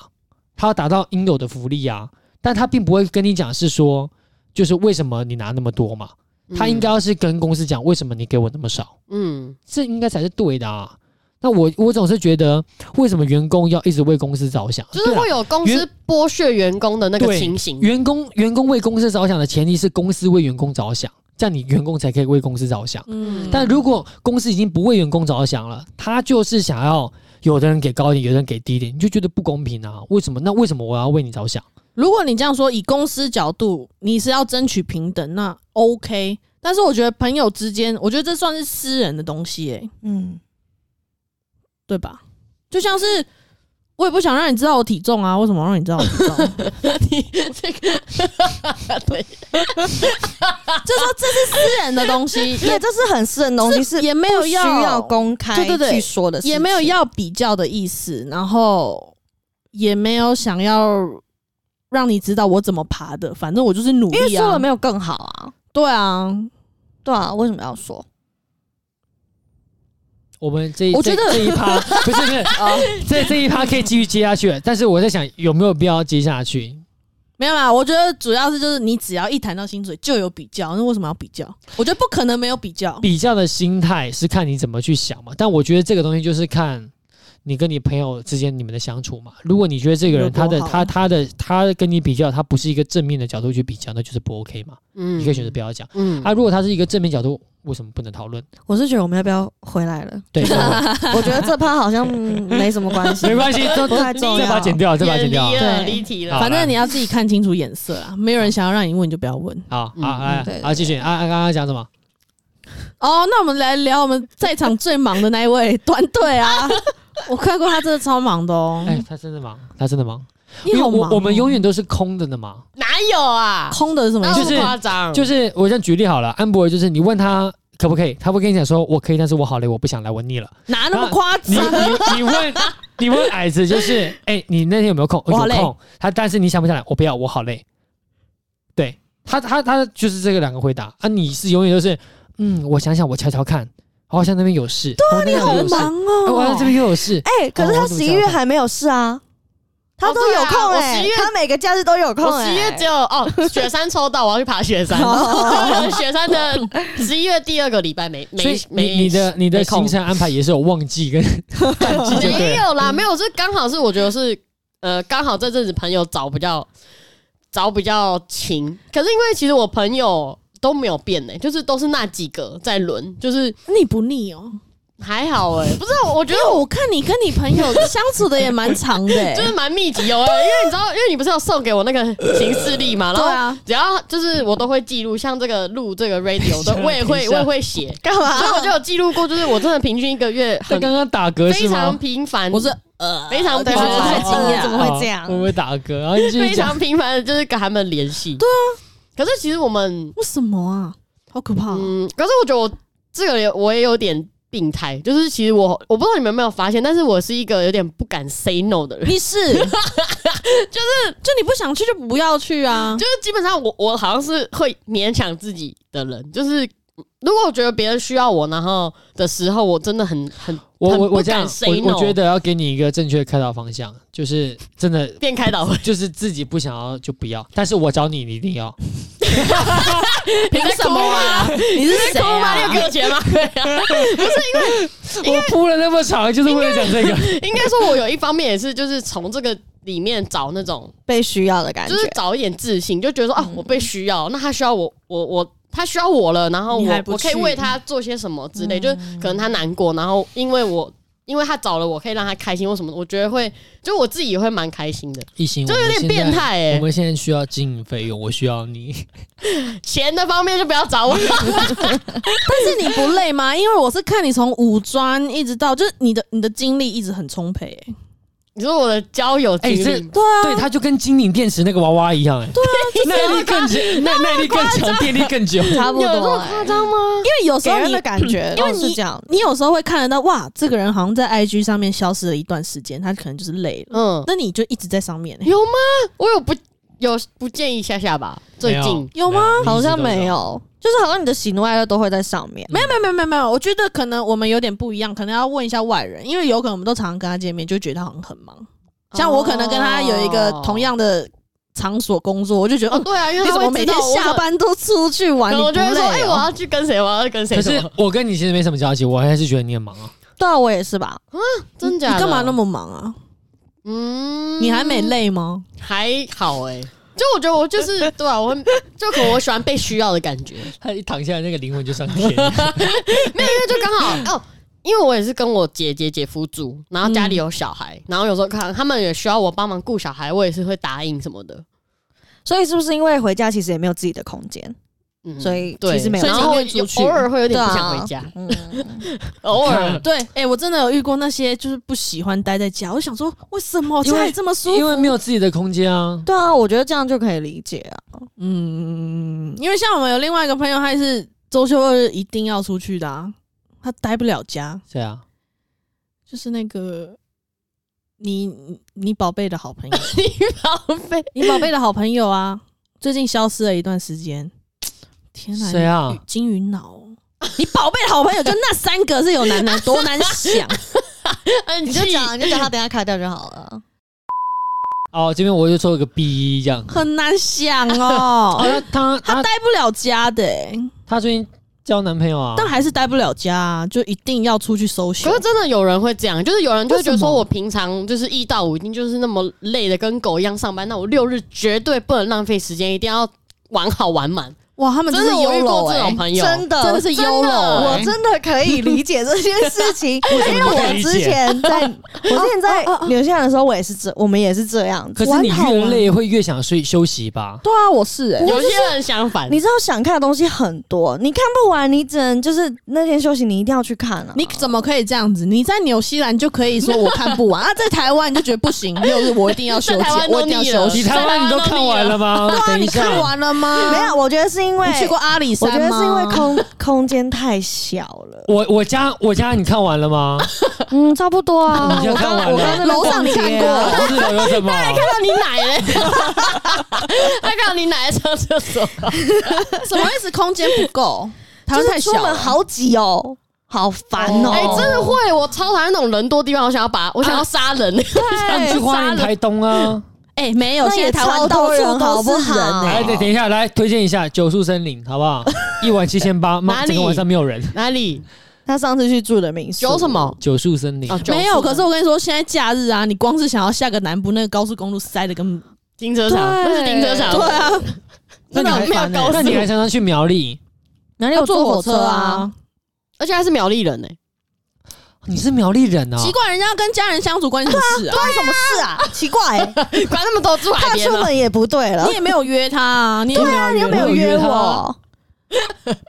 A: 他要达到应有的福利啊，但他并不会跟你讲是说，就是为什么你拿那么多嘛，他应该要是跟公司讲为什么你给我那么少。
B: 嗯，
A: 这应该才是对的啊。那我我总是觉得，为什么员工要一直为公司着想？
B: 就是
A: 对啦啊
B: 会有公司剥削员工的那个
A: 对
B: 情形，
A: 员工员工为公司着想的前提是公司为员工着想，这样你员工才可以为公司着想。
C: 嗯，
A: 但如果公司已经不为员工着想了，他就是想要有的人给高一点，有的人给低一点，你就觉得不公平啊？为什么？那为什么我要为你着想？
C: 如果你这样说，以公司角度，你是要争取平等，那 OK。但是我觉得朋友之间，我觉得这算是私人的东西、欸，
D: 嗯，
C: 对吧？就像是我也不想让你知道我体重啊，为什么要让你知道我体 重？
B: 你这个 对，
C: 就说这是私人的东西，
D: 对，
C: 也
D: 这是很私人的东西，是
C: 也没
D: 不
C: 有
D: 需
C: 要
D: 要公开
C: 对对对
D: 去说的事情，
C: 也没有要比较的意思，然后也没有想要让你知道我怎么爬的，反正我就是努力、
D: 因
C: 啊。
D: 为说了没有更好啊，
C: 对啊，
D: 对啊，为什么要说？
A: 我们这一
C: 我觉得
A: 这这一 趴不是不是，这这一趴可以继续接下去了，但是我在想有没有必要接下去？
C: 没有啦，我觉得主要是就是你只要一谈到薪水就有比较，那为什么要比较？我觉得不可能没有比较。
A: 比较的心态是看你怎么去想嘛，但我觉得这个东西就是看你跟你朋友之间你们的相处嘛。如果你觉得这个人
C: 有多
A: 他的
C: 好
A: 他他的他跟你比较，他不是一个正面的角度去比较，那就是不 OK 嘛。
B: 嗯
A: 你可以选择不要讲。
B: 嗯
A: 啊，如果他是一个正面角度，为什么不能讨论？
D: 我是觉得我们要不要回来了？
A: 对，
D: 我觉得这趴好像嗯没什么关系，
A: 没关系，这
D: 不
A: 这
D: 太重
A: 这把
D: 要。
A: 剪掉，这把
B: 远
A: 剪
B: 离
A: 掉。啊
B: 了，
D: 对
B: 离题
A: 好
B: 了，
C: 反正你要自己看清楚眼色啊，没有人想要让你问，你就不要问。
A: 好，好，
B: 嗯
A: 来
D: 嗯对，
A: 好，继续。啊，啊刚刚讲什么？
C: 哦，那我们来聊我们在场最忙的那一位 团队啊，我看过他真的超忙的哦，
A: 哎，他真的忙，他真的忙，
C: 你
A: 因
C: 好
A: 为
C: 忙哦、
A: 我我们永远都是空的的嘛。
B: 哪有啊？
C: 空的是什么意
B: 那
C: 思？
A: 就是
B: 么夸张，
A: 就是我先举例好了，安博就是你问他可不可以，他会跟你讲说我可以，但是我好累，我不想来，我腻了。
C: 哪
A: 啊
C: 那么夸
A: 你
C: 张？
A: 你你问你问矮子就是，哎、你那天有没有空？
C: 我好累
A: 有空。他但是你想不想来？我不要，我好累。对他他他就是这个两个回答啊，你是永远都是，嗯，我想想，我瞧瞧看，我好像那边有事，对啊，那边
C: 好
A: 有事，
C: 忙
A: 哎我好像这
C: 哦！
A: 边又有事，
D: 哎，可是
A: 哦
D: 他
A: 我怎么
D: 十一
A: 知
D: 月
A: 道
D: 还没有事啊，他都有空
B: 哦对啊
D: 哎、
B: 我十月
D: 他每个假日都有空
B: 我
D: 哎、
B: 十一月只有哦，雪山抽到，我要去爬雪 山。雪山的十一月第二个礼拜没
A: 所以
B: 没没
A: 你你的你的
B: 没空
A: 行程安排也是有旺季跟淡季就对
B: 没
A: 了。
B: 有啦，没有，是刚好是我觉得是呃，刚好这阵子朋友找比较找比较勤，可是因为其实我朋友都没有变呢、就是都是那几个在轮，就是
C: 你不腻哦？
B: 还好哎、不是我我觉
C: 因
B: 得
C: 为
B: 我。
C: 我看你跟你朋友相处的也蛮长的、欸，
B: 就是蛮密集哦，因为你知道，因为你不是有送给我那个行事历嘛，然
C: 对
B: 后
C: 啊，
B: 只要就是我都会记录，像这个录这个 radio 的，我也会我也会写，
D: 干嘛？
B: 所以我就有记录过，就是我真的平均一个月
A: 他
B: 很
A: 刚刚打嗝
B: 非
A: 是
B: 常
A: 吗？
B: 频繁，
C: 我是呃，
B: 非常
C: 对
B: 频
C: 我觉得太
B: 繁，
C: 惊讶，
D: 怎么会这样
A: 哦我会打嗝，然后你继续
B: 非
A: 讲
B: 常。频繁的就是跟他们联系。对啊，可是其实我们，
C: 为什么啊？好可怕、 哦！
B: 嗯，可是我觉得我这个也我也有点病态，就是其实我我不知道你们有没有发现，但是我是一个有点不敢 say no 的人，
C: 你是，就是就你不想去就不要去 啊
B: 就！是基本上我我好像是会勉强自己的人，就是。如果我觉得别人需要我，然后的时候，我真的很很
A: 我我
B: 很不
A: 我这
B: 敢
A: 样，
B: say
A: 我
B: no
A: 我觉得要给你一个正确的开导方向，就是真的
B: 变开导会。
A: 就是自己不想要就不要，但是我找你，你一定要。
B: 凭什么啊？
C: 你是
B: 在
C: 谁
B: 哭吗？你有
C: 啊？
B: 给我 钱吗？对啊
A: 我铺了那么长，就是为了讲这 个。
B: 应该说，我有一方面也是，就是从这个里面找那种
D: 被需要的感觉
B: 就，是找一点自信，就觉得说啊，我被需要，那他需要我，我我他需要我了，然后
C: 你还
B: 我
C: 不
B: 我可以
C: 去
B: 为他做些什么之类，就是可能他难过，然后因为我因为他找了我，可以让他开心或什么的，我觉得会就我自己也会蛮开心的，
A: 一心，
B: 就有点变。态哎、
A: 嗯我们现在需要经营费用，我需要你。
B: 钱的方面就不要找我，
C: 但是你不累吗？因为我是看你从五专一直到，就是你的你的精力一直很充沛、欸。
B: 你说我的交友经
A: 哎这
B: 历。
C: 对啊，
A: 对，它就跟精灵电池那个娃娃一样，哎，对啊， 耐力更强，耐耐力更强，电力更久。
D: 差不
B: 有这么
D: 多、哎
B: 夸张吗？
C: 因为有时
D: 给
C: 候
D: 人
C: 你
D: 的感觉，
C: 因为
D: 哦
C: 你
D: 是这样，
C: 你有时候会看得到，哇，这个人好像在 IG 上面消失了一段时间，他可能就是累了，
B: 嗯，
C: 那你就一直在上面、欸，
B: 有吗？我有不有不建议下下吧？最近
C: 有吗？
A: 没有
D: 好像没。有，就是好像你的喜怒哀乐都会在上面。
C: 没有没有没有没有没有，我觉得可能我们有点不一样，可能要问一下外人，因为有可能我们都常常跟他见面，就觉得他好像很忙。像我可能跟他有一个同样的场所工作，我就觉得，
B: 哦，
C: 哦，
B: 对啊，因为
C: 你
B: 他
C: 怎
B: 会
C: 么每
B: 知
C: 天
B: 道我
C: 下
B: 可
C: 班都出去玩？
B: 可
C: 你
B: 能我就会
C: 不
B: 说，
C: 累
B: 哎，
C: 哦
B: 我要去跟谁，我要去跟谁
A: 可
B: 什么。
A: 是我跟你其实没什么交集，我还是觉得你很忙啊。
D: 对啊，我也是吧。
B: 真假的？
C: 你干嘛那？么忙啊？
B: 嗯
C: 你还没，累吗？
B: 还好哎、就我觉得我就是 对啊，我很就可能我喜欢被需要的感觉，
A: 他一躺下来，那个灵魂就上天。
B: 因为就刚 好哦，因为我也是跟我姐姐姐夫住，然后家里有小孩，
C: 嗯
B: 然后有时候看他们也需要我帮忙顾小孩，我也是会答应什么的。
D: 所以是不是因为回家其实也没有自己的空间？
B: 嗯
D: 所以
B: 对，
D: 其实没有
B: 然后
C: 所以宁愿出去
B: 偶尔会有点不
D: 对啊
B: 想回家，
D: 嗯，
B: 偶 尔
C: 对，哎、我真的有遇过那些就是不喜欢待在家，我想说为什么
A: 因为
C: 家里这么舒
A: 因
C: 服？
A: 为没有自己的空间啊。
D: 对啊，我觉得这样就可以理解啊。
C: 嗯，因为像我们有另外一个朋友，他也是周休二日一定要出去的、啊，他待不了家，
A: 谁啊？
C: 就是那个你你你宝贝的好 朋友，
B: 浪费。
C: 你宝贝的好朋友啊，最近消失了一段时间。天哪！
A: 谁啊？
C: 金鱼脑哦、你宝贝的好朋友就那三个是有难难多难想，
B: 你嗯
D: 你就讲，你就讲，他等一下卡掉就好了。
A: 哦，这边我就抽一个 B 这样。
C: 很难想
A: 哦，
C: 哦。
A: 那他
C: 他
A: 他
C: 待不了家的、欸，
A: 他最近交男朋友啊？
C: 但还是待不了家、啊，就一定要出去搜寻
B: 可。是真的有人会这样，就是有人就会觉得
C: 为什
B: 说，
C: 么
B: 我平常就是一到五一定就是那么累的，跟狗一样上班，那我六日绝对不能浪费时间，一定要玩好玩满。
C: 哇，他们
B: 真
C: 是
B: 的，我遇
C: YOLO
B: 过这
C: 欸
B: 种朋友，
D: 真的，
C: 真的是
D: 真
C: YOLO
D: 我
B: 欸
D: 真的可以理解这件事情，因 为我之前在，我之前在纽西兰的时候，我也是这，我们也是这样子。
A: 可是你
D: 玩好
A: 越
D: 玩，
A: 累会越想睡休息吧？
D: 对啊，我是哎、
B: 有些人相反，
D: 你知道想看的东西很多，你看不完，你只能就是那天休息，你一定要去看啊。
C: 你怎么可以这样子？你在纽西兰就可以说我看不完啊，在台湾你就觉得不行，六日我一定要休
B: 在台
C: 假，
B: 湾都
C: 我一定要
B: 腻了
C: 休
B: 你
A: 你
C: 息。
B: 台
A: 台
B: 湾
A: 湾
B: 你
A: 你
B: 都
A: 都
B: 看
A: 看
B: 完
A: 完
B: 了
A: 了吗？
C: 啊，
A: 等
C: 你
A: 一下，
C: 看完了吗？
D: 没有，我觉得是因为
C: 你去过阿里
D: 我
C: 山
D: 觉得
C: 吗？
D: 是因为 空空间太小了。
A: 我我家我家你看完了吗？
D: 嗯，差不多
C: 哦
D: 啊。
A: 你
D: 我
A: 家看
D: 刚
A: 完
D: 我刚
A: 了？
D: 在那边
C: 楼上你看
D: 逛街
C: 过
D: 啊
A: 不是有有什 么？
B: 看到你奶嘞， 他看到你奶在上
D: 哦
B: 厕所，
C: 什么意思？空间不够，台湾太
D: 就是
C: 小
D: 出门
C: 了。
D: 好挤哦，好烦哦、
B: 哎、真的会，我超讨厌那种人多地方，我想要把我想要杀
D: 啊
B: 人。
A: 那你去欢迎台东啊！
C: 哎、没有，
D: 那
C: 现
D: 也
C: 在台
D: 超
C: 湾到
D: 多
C: 处
D: 人好
C: 都
D: 不
C: 是人
D: 好
C: 哎、
A: 来，等等一下，来推荐一下九树森林，好不 好？一晚七千八，
B: 哪
A: 妈，
B: 里
A: 整个晚上没有
C: 哦
A: 人。
B: 哪里
D: 他上次去住的民宿
B: 有什？么？
A: 九树森林
B: 哦，
C: 没有，可是我跟你说，现在假日啊，你光是想要下个南部那个高速公路塞的跟
B: 停车场，
D: 对
B: 那是停车场。
C: 对啊，
A: 那你还
B: 真的没有
D: 欸
B: 高速
A: 那你还常常去苗栗？
D: 哪里
C: 要
D: 有
C: 坐
D: 坐
C: 火
D: 火
C: 车
D: 车
C: 啊
D: 啊？。
B: 而且他是苗栗人呢、
A: 你是苗栗人啊？
C: 奇怪，人家跟家人相处关系什么事啊？
D: 关你什么事啊？奇怪、
B: 管那么多住海
D: 他
B: 边啊
D: 出
B: 了。
D: 门也不对了
C: 你。也没有约他啊，你也没有
D: 你
C: 约
D: 又没
C: 他
D: 有
A: 约
D: 约
A: 他
D: 我，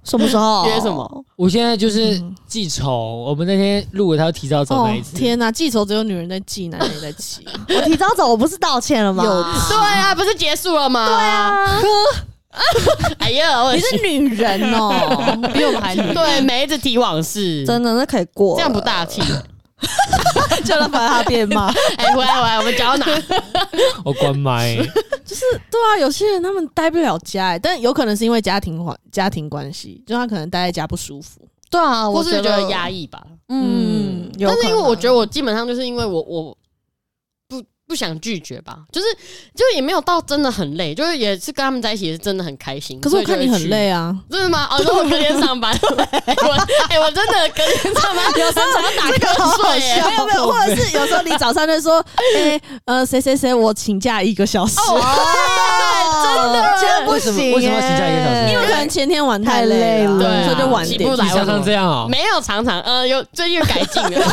D: 什么时候
B: 约什么？
A: 我现在就是
C: 嗯
A: 记仇。我们那天录了，他要提早走
C: 哦
A: 那一，次。
C: 天哪、记仇只有女人在记，男人也在记。
D: 我提早走，我不是道歉了吗？
B: 对啊，不是结束了吗？对啊。哎呀，我
C: 你是女人哦、比我们还女。
B: 对每一直提往事，
D: 真的那可以过，
B: 这样不。大气。
C: 叫他把他变骂。
B: 哎，回来回来，我们讲到哪？
A: 我关 麦。
C: 对啊，有些人他们待不了家、欸，但有可能是因为家庭环家庭关系，就他可能待在家不舒服。
D: 对啊，
B: 或
D: 我
B: 是
D: 觉
B: 觉得
D: 得
B: 压，抑吧。
D: 嗯，有
B: 但是因为
D: 可能
B: 我觉得我基本上就是因为我我不不想拒绝吧，就是就也没有到真的很累，就是也是跟他们在一起也是真的很开心。
C: 可是我看
B: 所
C: 你
B: 以就
C: 很
B: 会去。
C: 累啊，
B: 真的吗？哦，如果隔天上班，我哎、我真的隔天上班，有时候想要打瞌睡、耶。
C: 没有 没 有，或者是有时候你早上就说，哎、呃，谁谁谁，我请假一个小时，
D: 哦，真的，
A: 为什么为什么要请假一个小时啊
C: 因为可能前天玩欸太
D: 太
C: 累
D: 累
C: 了，啊
D: 了
C: 所以就晚
B: 起不
C: 点。
B: 来
A: 你常常这样啊？
B: 没有常常，呃，有最近改进 了。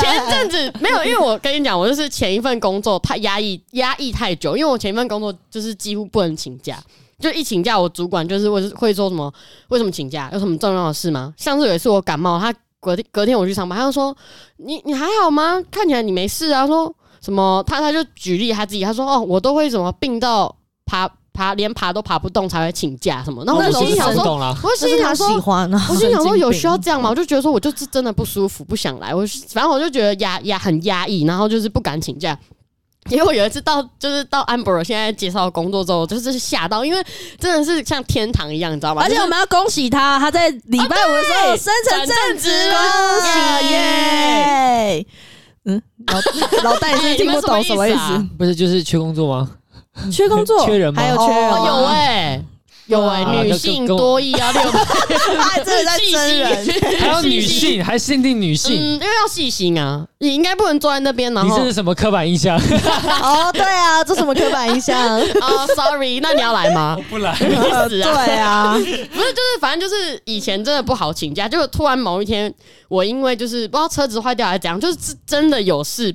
B: 前阵子没有，因为我跟你讲，我就是前一份工作太压抑，压抑太久，因为我前一份工作就是几乎不能请假。就一请假，我主管就是会会说什么？为什么请假？有什么重要的事吗？上次有一次我感冒，他隔天隔天我去上班，他就说：“你你还好吗？看起来你没事啊。”说什么？他他就举例他自己，他说：“哦，我都会什么病到爬爬连爬都爬不动才会请假什么。”然后我
A: 那
B: 就
A: 种
B: 心里
A: 哦是
B: 想
A: 不
B: 说，
A: 懂啦。
B: 我
D: 这
B: 心
D: 是
B: 里
D: 他
B: 想
D: 喜
B: 说，
D: 欢啊，
B: 我就想
C: 神
B: 说
C: 经
B: 有
C: 病
B: 需要这样吗？我就觉得说我就是真的不舒服，不想来。我是反正我就觉得压压很压抑，然后就是不敢请假。因为我有一次到就是到安博尔现在介绍的工作之后，我就是吓到，因为真的是像天堂一样，你知道吗？哎
C: 而且我们要恭喜他，他在礼拜五的时候升成正职了，
B: 转正职了
C: 耶！嗯，老 老戴已经听不哎懂什么意思，
A: 不是就是缺工作吗？
C: 缺工 作，
A: 缺人吗
C: 还有缺啊
B: 就是
C: 人
B: 哦
D: 哦
B: 有哎有哎，
A: 啊
B: 女
A: 就
B: 性
A: 跟我
B: 多艺要六百，
D: 他真的在真人，
A: 还有女性，还限定女
B: 嗯，
A: 性，
B: 因为要细心啊，你应该不能坐在那边，然
A: 你
B: 后
A: 这是什么刻板印象？
D: 哦，对啊，这什么刻板印 象？
B: 啊，sorry，那你要来吗？
A: 不来，
B: 对
D: 对啊，
B: 不是，就是反正就是以前真的不好请假，结果突然某一天，我因为就是不知道车子坏掉还是怎样，就是真的有事，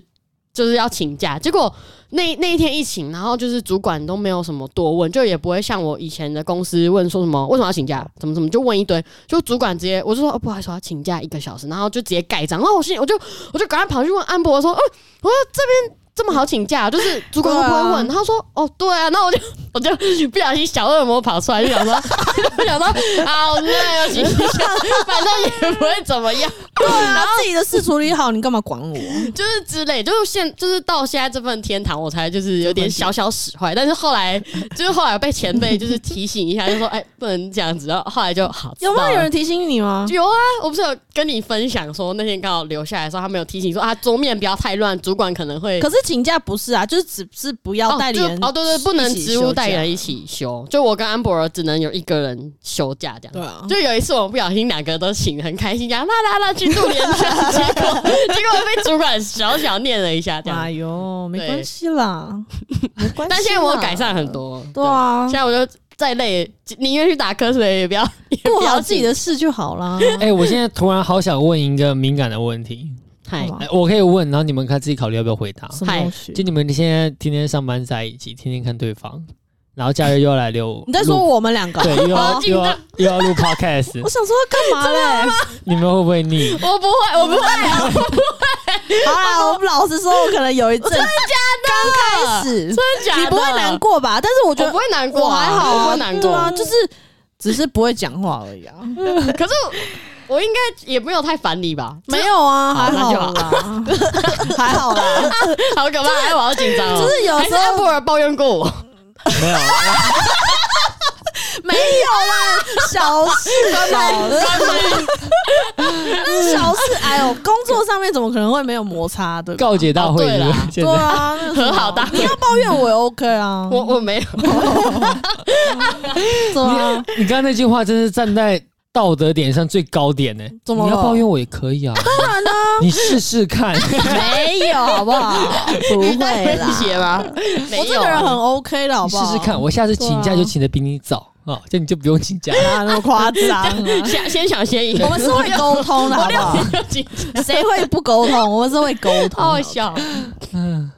B: 就是要请假。结果那那一天一请，然后就是主管都没有什么多问，就也不会像我以前的公司问说什么为什么要请假，怎么怎么就问一堆，就主管直接我就说哦不好意思，我要请假一个小时，然后就直接盖章。然后我心里我就我就赶快跑去问安博说，哦、我说这边。这么好请假，就是主管都不会问。他说：“哦，对啊。”那我就 我就不小心小恶魔跑出来，就想说 我想说好累哦，请假，反正也不会怎么样，
C: 对啊，自己的事处理好，你干嘛管我？
B: 就是之类，就是现就是到现在这份天堂，我才就是有点小小使坏，但是后来就是后来被前辈就是提醒一下，就说哎不能这样子，然后后来就好
C: 有没
B: 知
C: 有
B: 道
C: 有
B: 了
C: 人提醒你吗？
B: 有啊，我不是有跟你分享说那天刚好留下来的时候，他没有提醒说啊桌面不要太乱，主管可能会
C: 可是请假不是啊，就是只是不要
B: 哦
C: 代理人
B: 就哦对对，不能
C: 一起
B: 职务
C: 休
B: 代理
C: 假
B: 人一起休，就我跟安博尔只能有一个人休假这样。
C: 对啊，
B: 就有一次我们不小心两个都请得很开心，讲啦啦啦去度连假， 结果结果被主管小小念了一下这样。
C: 哎呦，没
B: 对
C: 关系啦，没关系啦
B: 但现在我改善很，多，
C: 对啊
B: 现，在我就再累，宁愿去打瞌睡也不要也不要
C: 顾好自己的事就好啦。
A: 哎，我现在突然好想问一个敏感的问题，
B: 请。嗨
C: 好，吧
A: 哎我可以问，然后你们看自己考虑要不要回答。
C: 什么东西
A: 就你们现在天天上班在一起，天天看对方，然后假日又要来溜，
C: 你在说
A: 录
C: 我们两个？
A: 对，又要
B: 好
A: 又要又要录
C: 我
A: podcast，
C: 想说干嘛嘞？
A: 你们会不会腻？
B: 我不会，我不会，
C: 好啦，我们老实说，我可能有一阵哦真的刚开始，
B: 真的假的？
C: 你不会难，过吧？但是我
B: 我
C: 觉得
B: 不会难过
C: 我
B: 啊，
C: 还好
B: 我
C: 啊，
B: 不会难过
C: 对啊，就是只是不会讲话而已啊，
B: 可是我应该也没有太烦你吧？
C: 没有啊，
B: 好
C: 还
B: 那就
C: 好啦， 还好啦，
B: 好可怕，哎我好紧张哦。
C: 就是有
B: 还是
C: 时候
B: 安博尔抱怨过我，
A: 没有，
C: 没有啦，小事小事。是小事，哎呦，工作上面怎么可能会没有摩擦？对吧？
A: 告解大会
B: 哦对
A: 是
B: 啦
A: 不是现
C: 对
A: 在
C: 啊，那有什
B: 和
C: 么
B: 好大会
C: 你要抱怨 我也 OK 啊，
B: 我我没有，
C: 怎么
A: 你刚刚那句话真是站在道德点上最高点呢、
C: 怎么了
A: 你要抱怨我也可以啊，当然啦、你试试看。
C: 没有好不好？
D: 不
B: 你在
D: 会
B: 威
D: 啦，
B: 胁吗？没
C: 我这
B: 有
C: 个人很
B: 啊，
C: OK 的，好
A: 你
C: 不
A: 试
C: 好？
A: 试看，我下次请假就请的比你早啊、哦，这样你就不用请假。
C: 啊，那么夸张啊？
B: 想先想先赢，
C: 我们是会沟通的，好不好？
B: 要紧
C: 谁会不沟通？我们是会沟 通
B: 好好
C: 的，
B: 笑。
A: 嗯，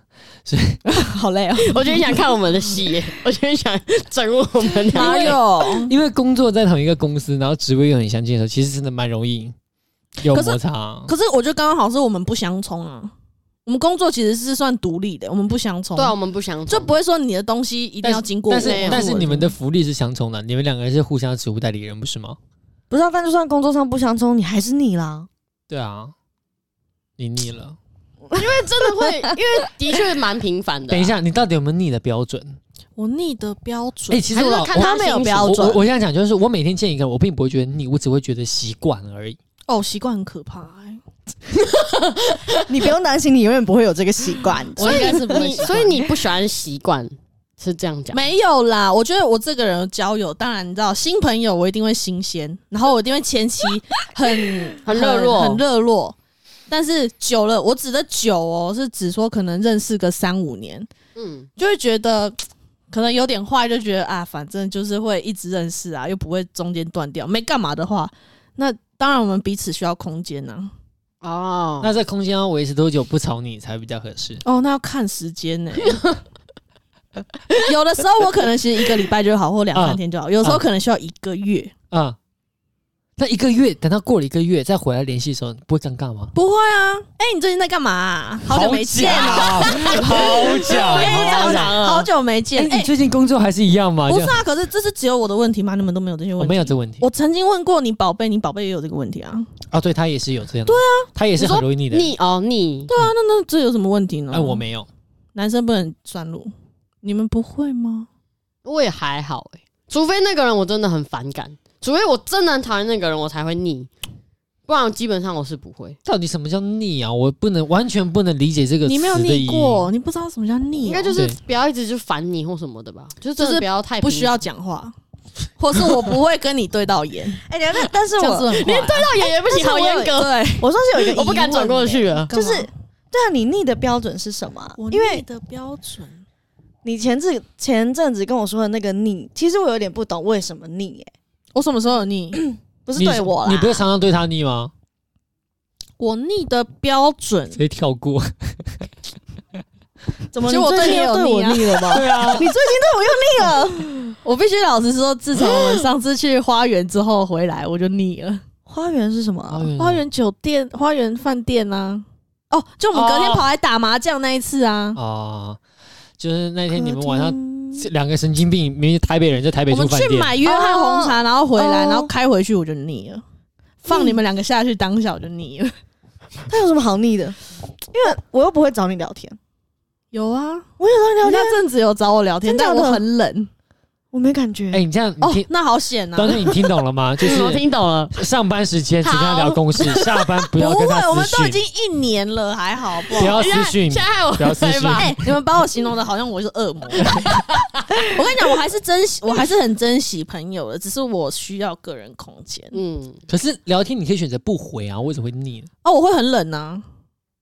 C: 好累哦。
B: 我觉得想看我们的戏耶，我觉得想整我们
C: 哪
A: 哎
B: 俩。
C: 有？
A: 因为工作在同一个公司，然后职位又很相近的时候，其实真的蛮容易有
C: 可是
A: 摩擦啊。
C: 可是我觉得刚刚好是我们不相冲啊。我们工作其实是算独立的，我们不相冲，
B: 对啊，我们不想
C: 就不会说你的东西一定要经过我
A: 但
C: 同
A: 是
C: 意。
A: 但是你们的福利是相冲的，你们两个人是互相职务代理人，不是吗？
D: 不是啊，但就算工作上不相冲，你还是你啦。
A: 对啊，你腻了。
C: 啊
B: 真的会，因为的确蛮频繁的啊。
A: 等一下，你到底有没有你的标准？
C: 我逆的标
A: 哎、
C: 准，
A: 其实我老
B: 还是要看
A: 我
B: 他没有标
A: 我我我想讲，就是我每天见一个人，我并不会觉得腻，我只会觉得习惯而已。
C: 哦，习惯很可怕欸。
D: 你不用担心，你永远不会有这个习惯的。
B: 所以
C: 我应该是不会
B: 你
C: 习惯
B: 所以你不喜欢习惯是这样讲。
C: 没有啦，我觉得我这个人交友，当然你知道，新朋友我一定会新鲜，然后我一定会前期 很
B: 很热络
C: 很热络。但是久了，我指的久哦，是指说可能认识个三五年，
B: 嗯，
C: 就会觉得可能有点坏，就觉得啊，反正就是会一直认识啊，又不会中间断掉，没干嘛的话，那当然我们彼此需要空间啊呐、
B: 哦，
A: 那在空间要维持多久不吵你才比较合适？
C: 哦，那要看时间呢、 有的时候我可能其实一个礼拜就好，或两三天就好；有时候可能需要一个月，
A: 啊、那一个月，等到过了一个月再回来联系的时候，你不会尴尬吗？
C: 不会啊。哎、你最近在干嘛啊、 好久没见哦、
A: 啊！好 假！
C: 哎
A: 好假！
B: 啊
C: 好久没见。
A: 哎，
C: 哎、
A: 你最近工作还是一样吗？
C: 不
A: 这
C: 是
A: 样
C: 啊，可是这是只有我的问题吗？你们都没有这些
A: 我
C: 问
A: 没
C: 题。
A: 有这问题
C: 我曾经问过你宝贝，你宝贝也有这个问题啊。
A: 啊，对他也是有这样的，对啊，他也是很容易腻的。
B: 腻哦腻，
C: 对啊，那那这有什么问题呢？
A: 哎，我没有，
C: 男生不能转路，你们不会吗？
B: 我也还好哎、除非那个人我真的很反感，除非我真的很讨厌那个人，我才会腻，不然基本上我是不会。
A: 到底什么叫腻啊？我不能完全不能理解这个词的
C: 你
A: 意义。
C: 没有腻过，你不知道什么叫腻
B: 应
C: 哦、
B: 该就是
A: 对
B: 不要一直就烦你或什么的吧，就是真
C: 就
B: 的
C: 是
B: 不要太
C: 不需要讲话，或是我不会跟你对到眼，
D: 哎、等一下，但是
C: 这样
D: 我
C: 子很坏。
B: 对到也也不行，好严格，
C: 对，
D: 我算是有一个疑问欸、
B: 我不敢转过去了。
D: 就是
C: 干嘛
D: 对啊，你腻的标准是什么啊？因
C: 腻
D: 为
C: 的标准，
D: 你前次前阵子跟我说的那个腻，其实我有点不懂为什么腻、欸，
C: 我什么时候有腻？
D: 不是对我啦，
A: 你不会常常对他腻吗？
C: 我腻的标准
A: 直接跳过。
D: 怎么
C: 其
D: 你
C: 实我
D: 最
C: 对
D: 近
C: 你
D: 又
C: 有
D: 对我
C: 腻啊
D: 腻了 吧？
A: 对啊，
D: 你最近对我又腻了。
C: 我必须老实说，自从我们上次去花园之后回来，我就腻了。
D: 花园是什么啊？
A: 园
C: 花园酒店、花园饭店啊，哦，就我们隔天
A: 哦
C: 跑来打麻将那一次 啊，
A: 啊，就是那
D: 客
A: 天你们
D: 厅
A: 晚上两个神经病，明明台北人在台北
C: 我
A: 住
C: 们
A: 饭
C: 去
A: 店，
C: 买约翰红茶，然后回来，
D: 哦
C: 然后开回去我就腻了。放你们两个下去当下我就腻了。
D: 他有什么好腻的？因为我又不会找你聊天，
C: 有啊，
D: 我有
C: 你
D: 找你聊天，
C: 那阵子有找我聊
D: 真
C: 天，
D: 假
C: 但
D: 的
C: 我很冷。
D: 我没感觉。
A: 哎、你这样你
C: 哦
A: 听，，
C: 那好险啊！
A: 当时你听懂了 吗？就
B: 嗯我
A: 是
B: 听懂了，
A: 上班时间只跟他
B: 好
A: 聊公事，下班不
C: 不
A: 要
C: 会
A: 跟他，
C: 我们都
A: 私
C: 已经
A: 讯，
C: 一年了，还好不
A: 不
C: 好？
A: 要私讯
B: 现，在害我
A: 不要私
B: 对
A: 讯
B: 吧？
C: 哎、你们把我形容的好像我是恶魔。 我跟你讲，我还是珍惜，我还是很珍惜朋友的，只是我需要个人空间。
B: 嗯，
A: 可是聊天你可以选择不回啊，为什么会腻呢？
C: 哦，我会很冷啊，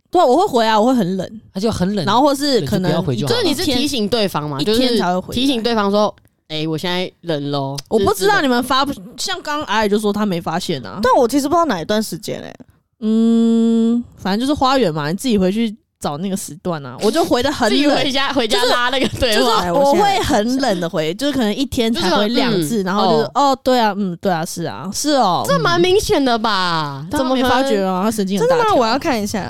C: 对啊，我会回啊，我会很冷，
A: 他就很冷，
C: 然后或是
A: 对
C: 可
A: 就不要
C: 能
A: 回就好
B: 所
A: 了
B: 以你是提醒对方嘛，
C: 一
B: 就
C: 天
B: 是
C: 才会回来
B: 提醒对方说，哎，我现在冷喽。
C: 我不知道
B: 你
C: 你们发不，像刚刚阿姨就说她没发现啊。
D: 但我其实不知道哪一段时间哎、
C: 嗯，反正就是花园嘛，你自己回去找那个时段啊。我就回的很
B: 自己
C: 冷
B: 回，家回家拉那个对
C: 就是
B: 话，
D: 来我
C: 啊哎我
D: 现在
C: 会很冷的回，就是可能一天才回两次，
B: 就是嗯
C: 然后就是哦对啊，嗯，对啊，是啊，是哦，
B: 这蛮明显的吧？
C: 怎
B: 怎
C: 么
B: 么
C: 没
B: 可
C: 发
B: 能
C: 觉？啊？他神经
D: 真
C: 很
D: 的
C: 大
D: 吗？
C: 条
D: 我要看一下，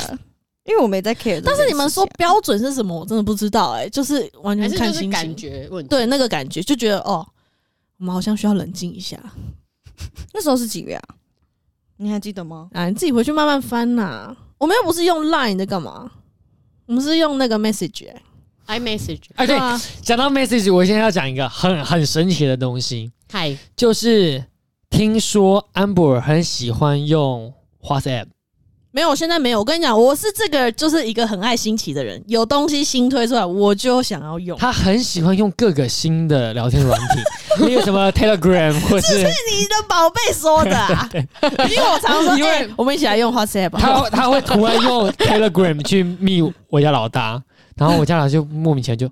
D: 因为我没在 care 这件事情啊。
C: 但是你们说标准是什么？我真的不知道哎、就是完
B: 还
C: 全
B: 是
C: 看
B: 就是
C: 心
B: 感
C: 情，
B: 觉问题？
C: 对那个感觉就觉得哦，我们好像需要冷静一下
D: 那时候是几月啊？你还记得吗？
C: 啊，你自己回去慢慢翻呐、我们又不是用 Line 你在干嘛？我们是用那个 message，、欸、
B: iMessage，
A: 哎、对，
C: 啊，
A: 讲到 message，我现在要讲一个很很神奇的东西，
B: 嗨，
A: 就是听说安博尔很喜欢用 WhatsApp，
C: 没有，现在没有。我跟你讲，我是这个就是一个很爱新奇的人，有东西新推出来，我就想要用。
A: 他很喜欢用各个新的聊天软 体，例如什么 Telegram 或是
D: 你的宝贝说的啊，
C: 因为我常说，因为我们一起来用 WhatsApp，吧
A: 他他会突然用 Telegram 去密我家老大，然后我家老大就莫名其妙就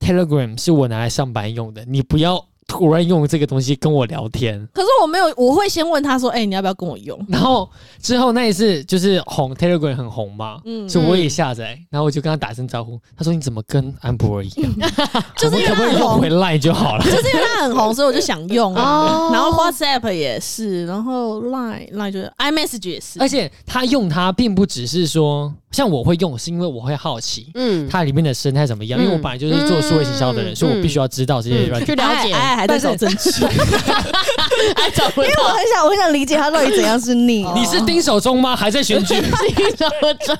A: Telegram 是我拿来上班用的，你不要突然用这个东西跟我聊天。
C: 可是我没有，我会先问他说：“哎、你要不要跟我用
A: 然后之后那一次就是红 Telegram 很红嘛？”，
C: 嗯，
A: 所以我也下载，然后我就跟他打声招呼，他说你怎么跟安博尔一样？
C: 嗯就是因为
A: 我们可不可以
C: 他
A: 用
C: 很
A: 回来就好了？
C: 就是因为他很红，所以我就想用啊。
B: 哦
C: 然后 WhatsApp 也是，然后 Line Line 就是 iMessage 也是
B: 哦
A: 而，且他用它并不只是说，像我会用，是因为我会好奇
B: 嗯，
A: 它里面的生态怎么样，因为我本来就是做数位行销的人，
B: 嗯
A: 所以我必须要知道这些软
B: 嗯
A: 件。
B: 去了解，
C: 哎，还在找证据，
B: 还找不
D: 因为我
B: 到，哦
D: 很想，我很想理解他到底怎样是你。
A: 你是丁守中吗？还在选 举？
B: 你怎么找？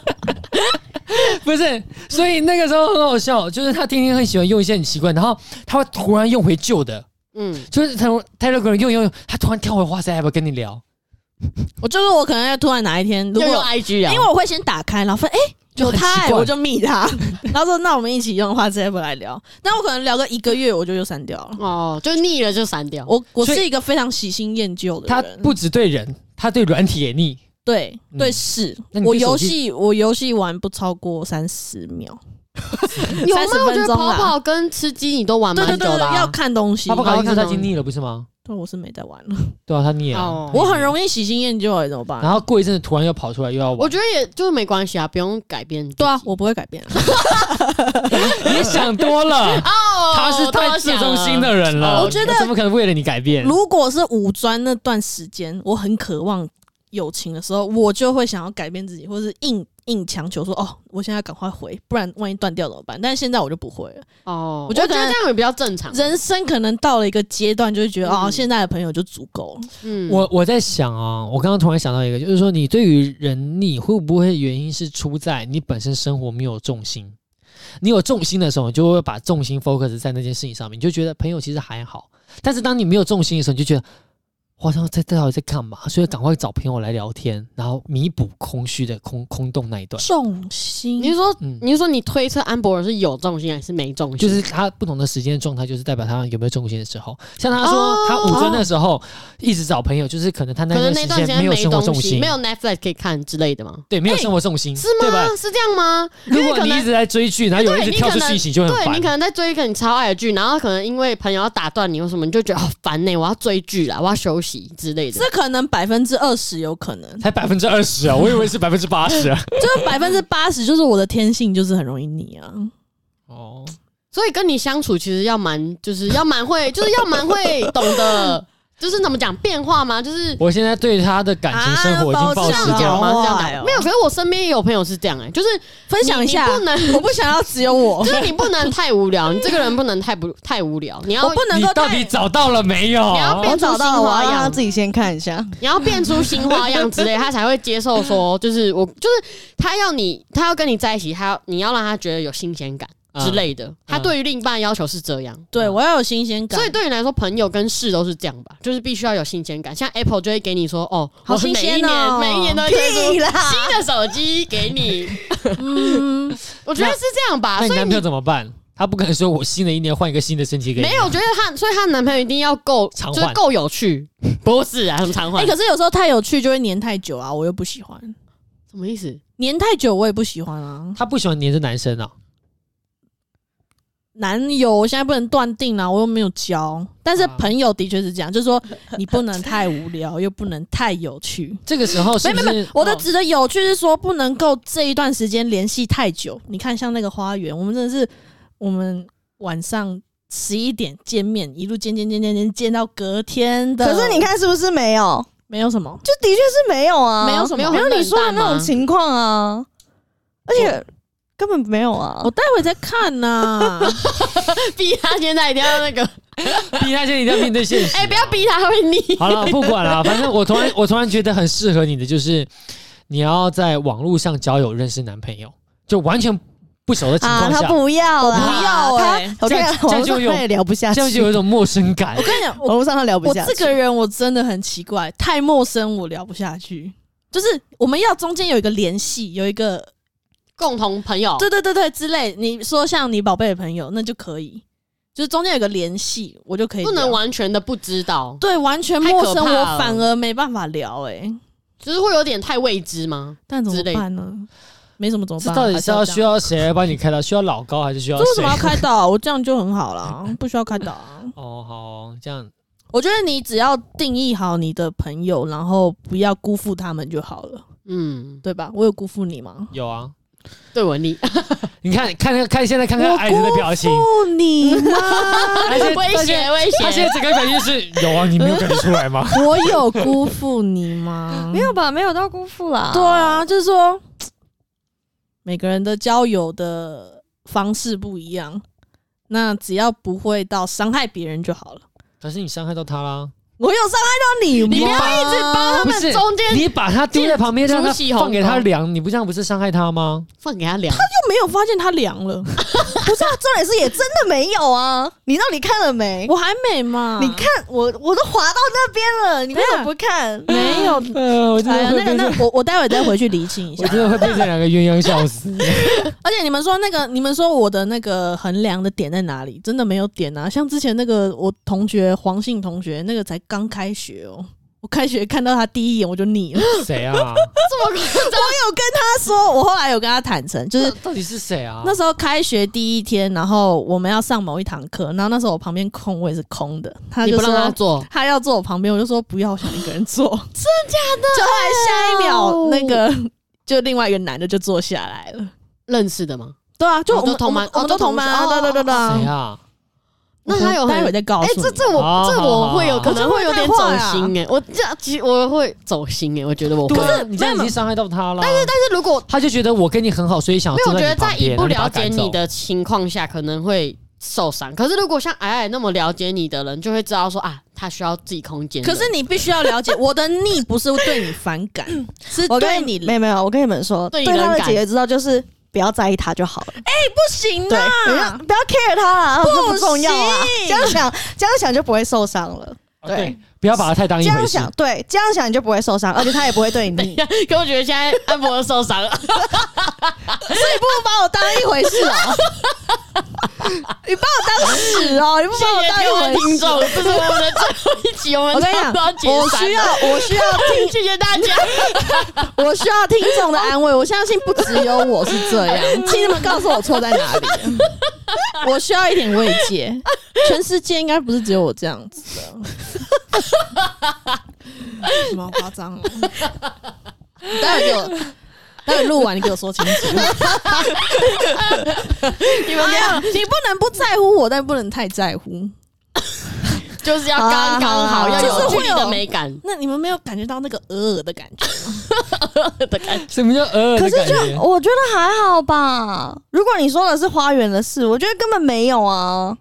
A: 不是，所以那个时候很好笑，就是他天天很喜欢用一些很奇怪，然后他会突然用回旧的，
B: 嗯，
A: 就是他 Telegram 用用用，他突然跳回 WhatsApp 跟你聊，
C: 我就是我可能要突然哪一天，如
B: 又用
C: 果
B: IG 啊，
C: 因为我会先打开，然后发现哎。
A: 就
C: 有
A: 很
C: 他、
A: 奇
C: 哎
A: 怪
C: 我就密他，然后说那我们一起用 WhatsApp 来聊，但我可能聊个一个月，我就又删掉了。
B: 哦，就腻了就删掉。
C: 我我
A: 所以
C: 是一个非常喜新厌旧的
A: 他
C: 人，
A: 不只对人，他对软体也腻。
C: 对
A: 嗯
C: 对是
A: 那，你
C: 我
A: 对手
C: 游
A: 机
C: 戏我游戏玩不超过三十秒，
B: 有吗？
C: 30分
B: 我觉得
C: 钟
B: 跑
C: 啦
B: 跑跟吃鸡你都玩
C: 对
B: 蛮
C: 对
B: 久
C: 对，对
B: 的啊，
C: 要看东西
A: 他。不
B: 搞
A: 搞
B: 定
A: 定，他已经腻了，不是吗？
C: 对，我是没在玩了，
A: 对啊，他腻了。
B: 哦
C: 我很容易喜新厌旧，哎，怎么办？
A: 然后过一阵子突然又跑出来又要
B: 我
A: 玩，
B: 觉得也就是没关系啊，不用改变。
C: 对啊，我不会改变啊。
A: 你想多了，
B: 哦
A: 他是太市中心的人了，
C: 我觉得
A: 怎么可能为了你改变？
C: 如果是五专那段时间，我很渴望友情的时候，我就会想要改变自己，或是硬硬强求说，哦，我现在赶快回，不然万一断掉怎么办？但是现在我就不会了。
B: 哦，
C: 我
B: 我
C: 觉
B: 觉
C: 得
B: 得这样也比较正
A: 嗯
B: 常。
C: 人生可能到了一个阶段，就会觉得、
B: 嗯
C: 哦，现在的朋友就足够了。
B: 嗯
A: 我我在想啊，我刚刚突然想到一个，就是说你对于人腻会不会原因是出在你本身生活没有重心？你有重心的时候，你就会把重心 focus 在那件事情上面，你就觉得朋友其实还好。但是当你没有重心的时候，你就觉得我好像在到底在干嘛？所以赶快找朋友来聊天，然后弥补空虚的空空洞那一段。
C: 重心，
B: 你是说
A: 嗯，
B: 你是说你推测安博尔是有重心还是没重心？
A: 就是他不同的时间状态，就是代表他有没有重心的时候。像他说，他五专的时候一直找朋友，就是可能他那
B: 哦可
A: 段
B: 能那
A: 时
B: 段时
A: 间没
B: 间
A: 有生活
B: 东
A: 重
B: 西，
A: 心，
B: 没有 Netflix 可以看之类的吗？
A: 对，没有生活重心，
B: 哎是
A: 对吧
B: 吗？？是这样吗？因
A: 如
B: 为
A: 果
B: 可
A: 你
B: 能
A: 一直在追剧，然后有人一直跳出剧情，就会很
B: 对你可
A: 烦。
B: 能在追一个你超爱的剧，然后可能因为朋友要打断你或什么，你就觉得好哦烦欸呢，我要追剧啦，我要休息之类的
C: 这。可能百分之二十有可能，
A: 才百分之二十啊！我以为是百分之八十。啊
C: 就是百分之八十，就是我的天性就是很容易腻啊。
A: 哦，
B: 所以跟你相处其实要蛮，就是要蛮会，就是要蛮会懂得，就是怎么讲变化吗？就是
A: 我现在对他的感情生活已经
C: 抱
A: 抱
C: 持
A: 持
B: 这样
A: 着
B: 讲吗？这样
C: 坏哦
B: 讲没有？可是我身边也有朋友是这样哎、就是
C: 分享一下
B: 你你不能
C: 我不想要只有我
B: 就，是你不能太无聊，你这个人不能太不 太无聊，你要
C: 我不能
A: 你
C: 够
A: 到
C: 太
A: 底找到了没有？
B: 你要变
D: 我找到了，我要让
B: 变出新花
D: 他
B: 样
D: 自己先看一下。
B: 你要变出新花样之类，他才会接受说，就是我就是他要你，他要跟你在一起，他要你要让他觉得有新鲜感之类的。他对于另一半的要求是这样，
C: 对我要有新鲜感，
B: 所以对你来说，朋友跟事都是这样吧，就是必须要有新鲜感。像 Apple 就会给你说，哦，
C: 好
B: 我每一
C: 新鲜
B: 年
C: 哦
B: 每一年都会推出
D: 屁啦！
B: 新的手机给你，
C: 嗯，
B: 我觉得是这样吧。
A: 那你
B: 所以
A: 男朋友
B: 你
A: 怎么办？他不可能说我新的一年换一个新的身体给你。啊
B: 没有，我觉得她，所以她男朋友一定要够，
A: 常
B: 就是
A: 换
B: 够有趣，不是啊，什么常
C: 哎、
B: 换？
C: 可是有时候太有趣就会黏太久啊，我又不喜欢。
B: 什么意思？
C: 黏太久我也不喜欢啊，
A: 他不喜欢黏着男生啊。
C: 男友我现在不能断定啦，我又没有交。但
A: 啊
C: 是朋友的确是这样，就是说你不能太无聊，又不能太有趣。
A: 这个时候是
C: 没
A: 不
C: 没没
A: 是，？
B: 哦
C: 我的指的有趣是说不能够这一段时间联系太久。你看，像那个花园，我们真的是我们晚上十一点见面，一路见见见见见见到隔天的。
D: 可是你，看是不是没有？
C: 没有什么，
D: 就的确是没有啊，
C: 没有什么
D: 没有你说的那
B: 很冷淡
D: 种
B: 吗
D: 情况啊，而且根本没有啊
C: 我。待会再看 呐、
B: 逼他现在一定要那个，
A: 逼他现在一定要面对现实。啊
B: 哎、不要逼他，他会 腻。
A: 好了，不管 了，反正我突然我突然觉得很适合你的就是，你要在网络上交友认识男朋友，就完全不熟的情
D: 啊，
A: 况
D: 他
A: 下，
D: 不要啦，
C: 我不要欸
D: 他我跟你讲，
A: 这样
D: 网
A: 这样就
D: 络
A: 有
D: 上他也聊不下去，
A: 这样就 有一种陌生 感
C: 我。跟你讲，我
D: 网络上他聊不
C: 我
D: 下
C: 这
D: 去。
C: 个人我真的很奇怪，太陌生我聊不下去。就是我们要中间有一个联系，有一个
B: 共同朋友，
C: 对对对对之类。你说像你宝贝的朋友，那就可以，就是中间有个联系，我就可以
B: 不能
C: 聊。
B: 完全的不知道，
C: 对，完全
B: 太
C: 陌
B: 可
C: 生，
B: 怕
C: 我
B: 了
C: 反而没办法聊哎、欸
B: 就是会有点太未知吗？
C: 但怎
B: 之
C: 么
B: 类的
C: 办呢？没什么怎么
A: 这
C: 办？啊
A: 到底
C: 还
A: 是
C: 是
A: 要
C: 这样
A: 需要谁来帮你开导？需要老高还是需要
C: 这为什
A: 谁
C: 么要？开导啊、我这样就很 好啦，不需要开导啊、
A: 哦，好哦这样
C: 我觉得你只要定义好你的朋友，然后不要辜负他们就好了，
B: 嗯，
C: 对吧？我有辜负你吗？
A: 有啊。
B: 对我你
A: 你看看那个看现在看看
C: 我
A: 艾子的表情，
B: 哦
C: 不，你吗？
A: 而且
B: 威胁威
A: 他现
B: 胁，
A: 在整个表情是有啊，你没有感觉出来吗？
C: 我有辜负你 吗？
D: 没有吧？没有到辜负啦。
C: 对啊，就是说，每个人的交友的方式不一样，那只要不会到伤害别人就好了。
A: 可是你伤害到 他啦，
C: 我有伤害到你吗？
B: 你不要
A: 一直帮
B: 他们中间
A: 你把他丢在旁边，
B: 建
A: 让他
B: 筑起
A: 放
B: 鸿
A: 给他
B: 沟
A: 量，你不这样不是伤害他 吗？
B: 放给他聊，
C: 没有发现他凉了，
D: 不是啊，重点是也真的没有啊。你到底看了没？
C: 我还美吗？
D: 你看我我都滑到那边了，你为什么不看？
C: 没有？
A: 呃，我真
C: 哎呀
A: 的会
C: 那个
A: 被
C: 那
A: 这，
C: 个我我待会再回去厘清一下
A: 我。真的会被这两个鸳鸯笑 死。
C: 而且你们说那个，你们说我的那个衡量的点在哪里？真的没有点啊！像之前那个我同学黄姓同学，那个才刚开学哦。我开学看到他第一眼我就腻了。
A: 谁啊？
B: 这么夸张，
C: 我有跟他说，我后来有跟他坦诚，就是
A: 到底是谁啊？
C: 那时候开学第一天，然后我们要上某一堂课，然后那时候我旁边空位是空的，他
B: 你
C: 就
B: 不让他
C: 说
B: 做，
C: 他要坐我旁边，我就说不要，我想一个人坐。真的啊假的？就后来下一秒，那个 就另外一个男的就坐下来了。
B: 认识的吗？
C: 对啊，就
B: 哦
C: 我们
B: 都同班哦
C: 我
B: 都
C: 们都同
B: 同
C: 班
B: 学
C: 啊，
B: 哦
C: 对对对对啊。
A: 谁啊？
B: 那他有
C: 待会
B: 很。
C: 再告
B: 哎、
C: 诉你。
B: 这这我
A: 好
B: 这
A: 好好
B: 我会有
A: 好
B: 可能会有点走
C: 这会
B: 心哎、我这样其实我会走心哎、我觉得我会。
A: 对啊，
B: 但
A: 你这样已经伤害到他了。但是但
B: 是如果
A: 他就觉得我跟你很好，所以想
B: 没有，
A: 坐
B: 我觉
A: 在你旁
B: 得在
A: 边
B: 一不
A: 然
B: 了。解
A: 后把他
B: 你
A: 赶走
B: 的情况下，可能会受伤。可是如果像矮矮那么了解你的人，就会知道说啊，他需要自己空间的。
C: 可是你必须要了解，我的腻不是对你反感，是
D: 我
C: 对
D: 跟
C: 你
D: 没有没有，我跟你们说，
B: 对
D: 对
B: 你冷
D: 他的
B: 感
D: 解决之道就是不要在意他就好了。
C: 不行
D: 对，不要
C: 啊！
D: 不要 care 他啦，
C: 不
D: 不不重要啊。
C: 行
D: 这样想，这样想就不会受伤了。
A: 啊对，不要把他太当
D: 这
A: 一回
D: 样
A: 事。
D: 想，对，这样想你就不会受伤，而且他也不会对你腻。
B: 可我觉得现在安博受 伤 了，
D: 你不把我当一回事哦， 你把我当屎哦，你不
B: 谢
D: 把我
B: 谢
D: 当
B: 各位
D: 一回
B: 听
D: 事。
B: 众，这是我们的最后一集，我们
D: 我跟你
B: 差
D: 讲
B: 不多要，解
D: 我
B: 散
D: 需要
B: 了，
D: 我需要
B: 谢谢大 家。
C: 我需要听众的安慰，我相信不只有我是这样， 请你们告诉我错在哪里。 我需要一点慰藉，全世界应该不是只有我这样子的。 什么好夸张哦？你待会给我，待会录完你给我说清楚。
B: 你
D: 哎
B: 们俩
C: 哎你不能不在乎我，但不能太在乎。
B: 就是要刚刚
D: 好
B: 好，
D: 啊
B: 要
C: 就是
B: 有距
C: 会
B: 离的
C: 有
B: 美感
C: 那你们没有感觉到那个鹅鹅的感觉？
B: 的感觉。
A: 什么叫偶尔
D: 可
A: 的
D: 是
A: 感
D: 就
A: 觉？
D: 我觉得还好吧。如果你说的是花园的事，我觉得根本没有啊，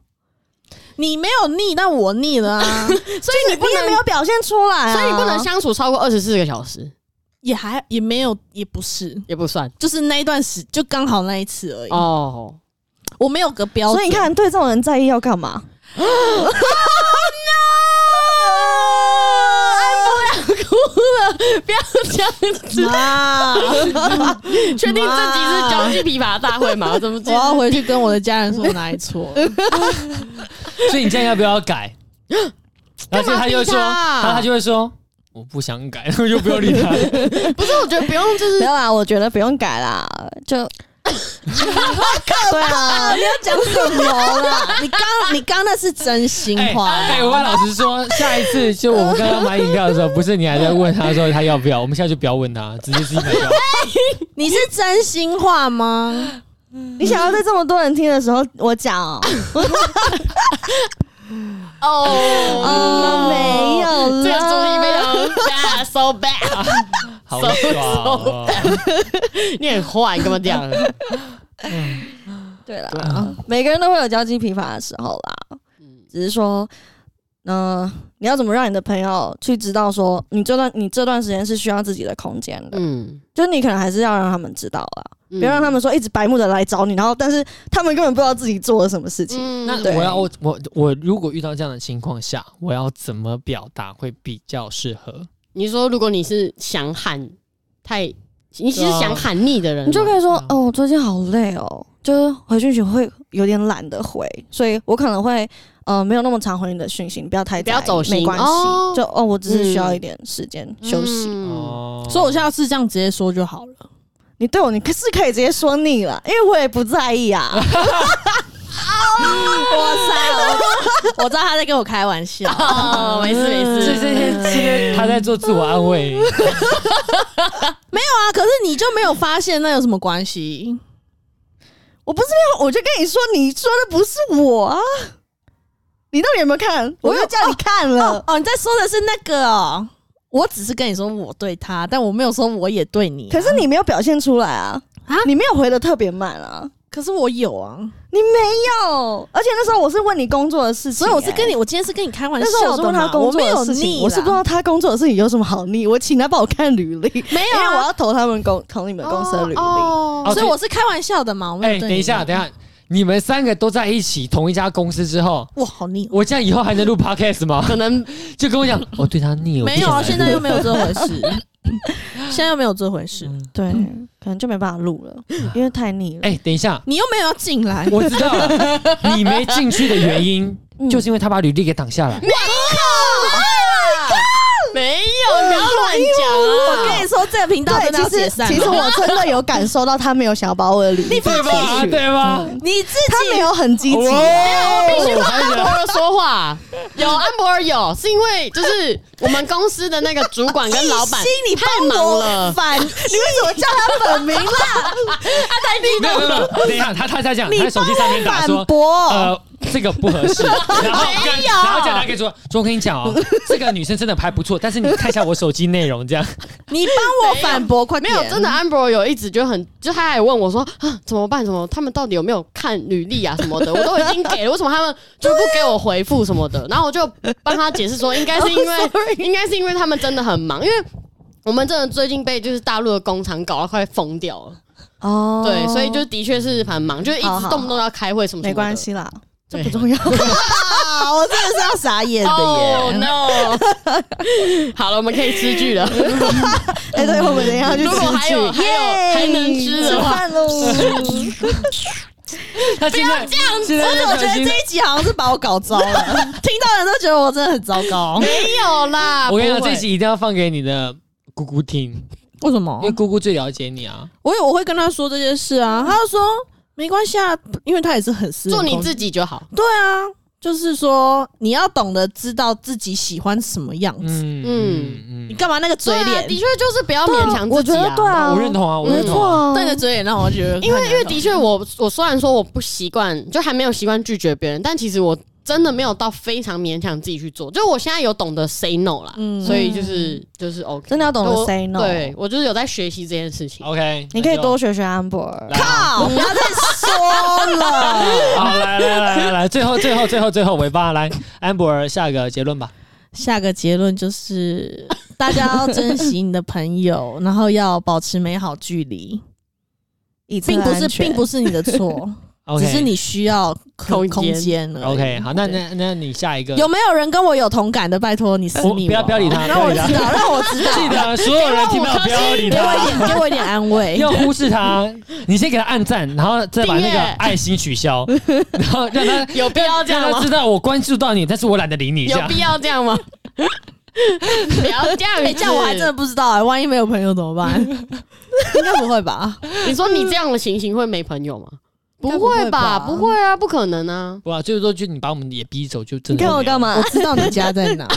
C: 你没有腻，但我腻了 啊，
D: 所以你不也没有表现出来啊，
B: 所以你不能相处超过二十四个小时，
C: 也还也没有，也不是，
B: 也不算
C: 就是那一段时就刚好那一次而已。
B: 哦。
C: 我没有个标准，啊
D: 所以你看，对这种人在意要干嘛？
C: 哎
B: 不要这样子，
C: 妈，
B: 确定这集是交际疲乏大会吗？怎么
C: 我
B: 这
C: 要回去跟我的家人说我哪里错 了。
A: 所以你这样要不要改？然后
B: 干嘛
A: 他就会
B: 逼
A: 说，
B: 他啊
A: 他他就会说，我不想改，我就不要理他。
B: 不是？我觉得不用，就是
D: 没有啦，我觉得不用改啦，就。对啊，
C: 你要讲什
D: 哦
C: 么啦？你刚你刚那是真 心
A: 哎
C: 话，
A: 哎，我跟老师说，下一次就我们刚刚买饮料的时候，不是你还在问他说他要不要，我们下次就不要问他，直接自己买就好。
C: 你是真心话吗？
D: 你想要在这么多人听的时候，我讲哦，
B: 哦
D: 哦，没有啦
B: 这个综艺非常 bad so bad，
A: 好爽哦！
B: 你很坏，你干嘛这 样？
D: 对啊啦，每个人都会有交际疲乏的时候啦，只是说，嗯、你要怎么让你的朋友去知道说，你这段你这段时间是需要自己的空间的，
B: 嗯，
D: 就是你可能还是要让他们知道啦，
B: 不
D: 不要让他们说一直白目的来找你，然后但是他们根本不知道自己做了什么事
B: 嗯
D: 情。
A: 那
D: 对
A: 我要我我我如果遇到这样的情况下，我要怎么表达会比较适合？
B: 你说，如果你是想喊太，你其实想喊腻的人了，
D: 你就可以说
A: 嗯
D: 哦，我最近好累哦，就是回讯息会有点懒得回，所以我可能会呃没有那么常回你的讯息，你不要太
B: 不要
D: 在意
B: 走心
D: 没关系，
B: 哦
D: 就哦我只是需要
B: 嗯
D: 一点时间休息。
B: 嗯
A: 哦
C: 所以我下次这样直接说就好了。
D: 你对我你可是可以直接说你了，因为我也不在意啊。
C: 哇塞，我我知 道他在跟我开玩 笑。
B: 哦，没事没
A: 这
B: 事，
A: 这些这些他在做自我安慰，
C: 啊，可是你就没有发现，那有什么关系？
D: 我不是没有，我就跟你说，你说的不是我啊。你到底有没有看？我又叫你看了。
C: 哦哦，你在说的是那个哦。我只是跟你说我对他，但我没有说我也对你啊、
D: 可是你没有表现出来啊！
C: 啊
D: 你没有回的特别慢啊！
C: 可是我有啊，
D: 你没有，而且那时候我是问你工作的事情、
C: 所以我是跟
D: 欸
C: 你，我今天是跟你开玩
D: 那时
C: 笑
D: 候我是
C: 的
D: 问他
C: 嘛，
D: 工
C: 我
D: 作
C: 没有
D: 的事
C: 腻
D: 情，
C: 啦，
D: 我是不知道他工作的事情有什么好腻，我请他帮我看履历，
C: 没
D: 因
C: 有
D: 为我
C: 啊，
D: 要投他们公投你们公司的履历。
B: 哦
A: 哦
C: 所以我是开玩笑的嘛。我没有
A: 哎、
C: 对
A: 等一
C: 你
A: 下，等一下，你们三个都在一起同一家公司之后，
C: 哇，好腻哦。
A: 我这样以后还能录 podcast 吗？
B: 可能
A: 就跟我 讲，我哦对他腻，
C: 没有啊，现在又没
A: 有。
C: 有这回事， 现在又没有这回事，
A: 嗯
D: 对，可能就没办法录了，因为太腻了。
A: 哎、等一下，
C: 你又没有要进来，
A: 我知道 了，你没进去的原因，
D: 嗯
A: 就是因为他把履历给挡下来。
B: 没有，不要乱
C: 我
B: 讲
C: 跟
B: 啊！
C: 你说，这个频道真的
D: 对，
C: 要
D: 其
C: 解
D: 实
C: 散
D: 其实
C: 了。
D: 我真的有感受到他没有想要把我的履历放
A: 对吧？
D: 进去，
A: 对吧？
C: 你自
D: 他没有很积极。
A: 哇
B: 必须帮
A: 还
B: 安博
A: 有
B: 尔说话，有安博尔有，是因为就是我们公司的那个主管跟老板
C: 心里
B: 太忙了，
C: 烦，
D: 你
C: 你
D: 为什么叫他本名啦？
A: 没有没有没有，等一下，他他在讲，
D: 你
A: 他在手机上面打
D: 反
A: 说，
D: 驳，
A: 呃，这个不合 适，然后跟然后再拿给说，说我跟你讲哦，这个女生真的还不错，但是你看一下我手机内容这样。
C: 你帮我反驳，快
B: 没
C: 点！
B: 有，真的，安博有一直就很，就他还问我说啊，怎么办？怎么他们到底有没有看履历啊什么 的？我都已经给了，为什么他们就不给我回复什么的？然后我就帮他解释说，应该是因 为，应该是因为他们真的很忙，因为。我们真的最近被就是大陆的工厂搞到快疯掉了，
D: 哦
B: 对，所以就的确是蛮忙，就是一
D: 好
B: 直
D: 好
B: 动不动要开会什么什么
D: 没
B: 的
D: 关，系啦，这
B: 对
D: 不重要。
C: 啊，我真的是要傻眼
B: 哦、
C: 的耶！
B: no！好 了，我们可以吃剧了。
D: 哎，对，我们等一下去
B: 如果还
D: 吃
B: 有
D: 去，
B: 还有
D: 耶
B: 还能吃的话
D: 饭喽。
A: 他现在这样子，
C: 我觉得这一集好像是把我搞糟了，听到的人都觉得我真的很糟 糕。
B: 没有啦，
A: 我跟你
B: 不
A: 讲，
B: 会
A: 这集一定要放给你的姑姑听，
C: 为什么
A: 因为姑姑最了解你啊。
C: 我有我会跟他说这件事啊，他就说没关系啊，因为他也是很私人
B: 做
C: 空间。
B: 你自己就好。
C: 对啊，就是说你要懂得知道自己喜欢什么样子。
A: 嗯
B: 嗯
A: 嗯
C: 你干嘛那个嘴
B: 对啊
C: 脸？
B: 的确就是不要勉强
D: 我
B: 自
D: 觉
B: 己
D: 得
B: 啊。
D: 对啊，
A: 嗯，我认同啊，我
B: 没
A: 认
D: 没
A: 同
D: 错
A: 啊。
D: 啊，
C: 对个嘴脸让我觉得，
B: 因哦为因为的确，我我虽然说我不习惯，就还没有习惯拒绝别人，但其实我真的没有到非常勉强自己去做。就我现在有懂得 say no 啦，
C: 嗯
B: 所以就是就是 OK，
D: 真的要懂
B: 我
D: 得 say no。
B: 对，我就是有在学习这件事情。
A: OK，
D: 你可以
A: 那就
D: 多学学安博尔。
A: 来啊
C: 靠，不要再说了。
A: 好，来来来来来，最后最后最后最后尾巴来，安博尔下个结论吧。
C: 下个结论就是，大家要珍惜你的朋友，然后要保持美好距离，
D: 以
C: 并不是并不
D: 是
C: 是你的错，
A: OK，
C: 只是你需要空
B: 空间
C: 空间而已
A: OK 好，那
C: 对
A: 那那你下一个
C: 有没有人跟我有同感的？拜托你私
A: 我
C: 密
A: 不要不要理他，不
C: 让
A: 要
C: 我
A: 理他
C: 知，道，让我知道，
A: 记得所有人听到不要理
C: 给我一
A: 他，
C: 点，给我一点 安慰。
A: 要忽视他，你先给他按赞，然后再把那
B: 订
A: 个
B: 阅
A: 爱心取消，然后让他
B: 有必要这样
A: 让 他
B: 吗
A: 知？道我关注到你，但是我懒得理你，这
B: 有
A: 样
B: 必要这 样吗？不要这样
C: 哎，
B: 子，
C: 这样我还真的不知道哎，万一没有朋友怎 么办？应该不会吧？
B: 你说你这样的情形会没朋 友吗？不
C: 该不
B: 会
C: 会
B: 吧，
C: 吧
B: 不会啊，不可能啊。
A: 哇，最多就你把我们也逼走，就真
D: 你
A: 的
D: 看我
A: 没有
D: 干？嘛
C: 我？知道你家在哪，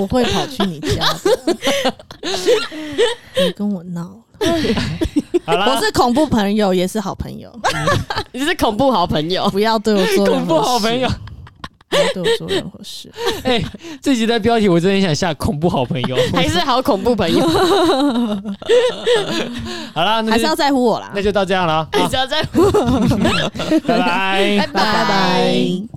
C: 我会跑去你家的。别跟我闹，
A: 好啦，
C: 我是恐怖朋友，也是好朋友，
B: 你是恐怖好朋友，
C: 不要对我做任何 事
A: 恐怖好朋友，，
C: 不要对我做任何事。
A: 哎，这集的标题我真的很想下恐怖好朋友，
B: 还是好恐怖朋 友？
A: 好啦，那
C: 还是
A: 就
C: 要在乎我啦
A: 那。就到这样了啊，
B: 你只要在
A: 拜拜
B: 拜。拜。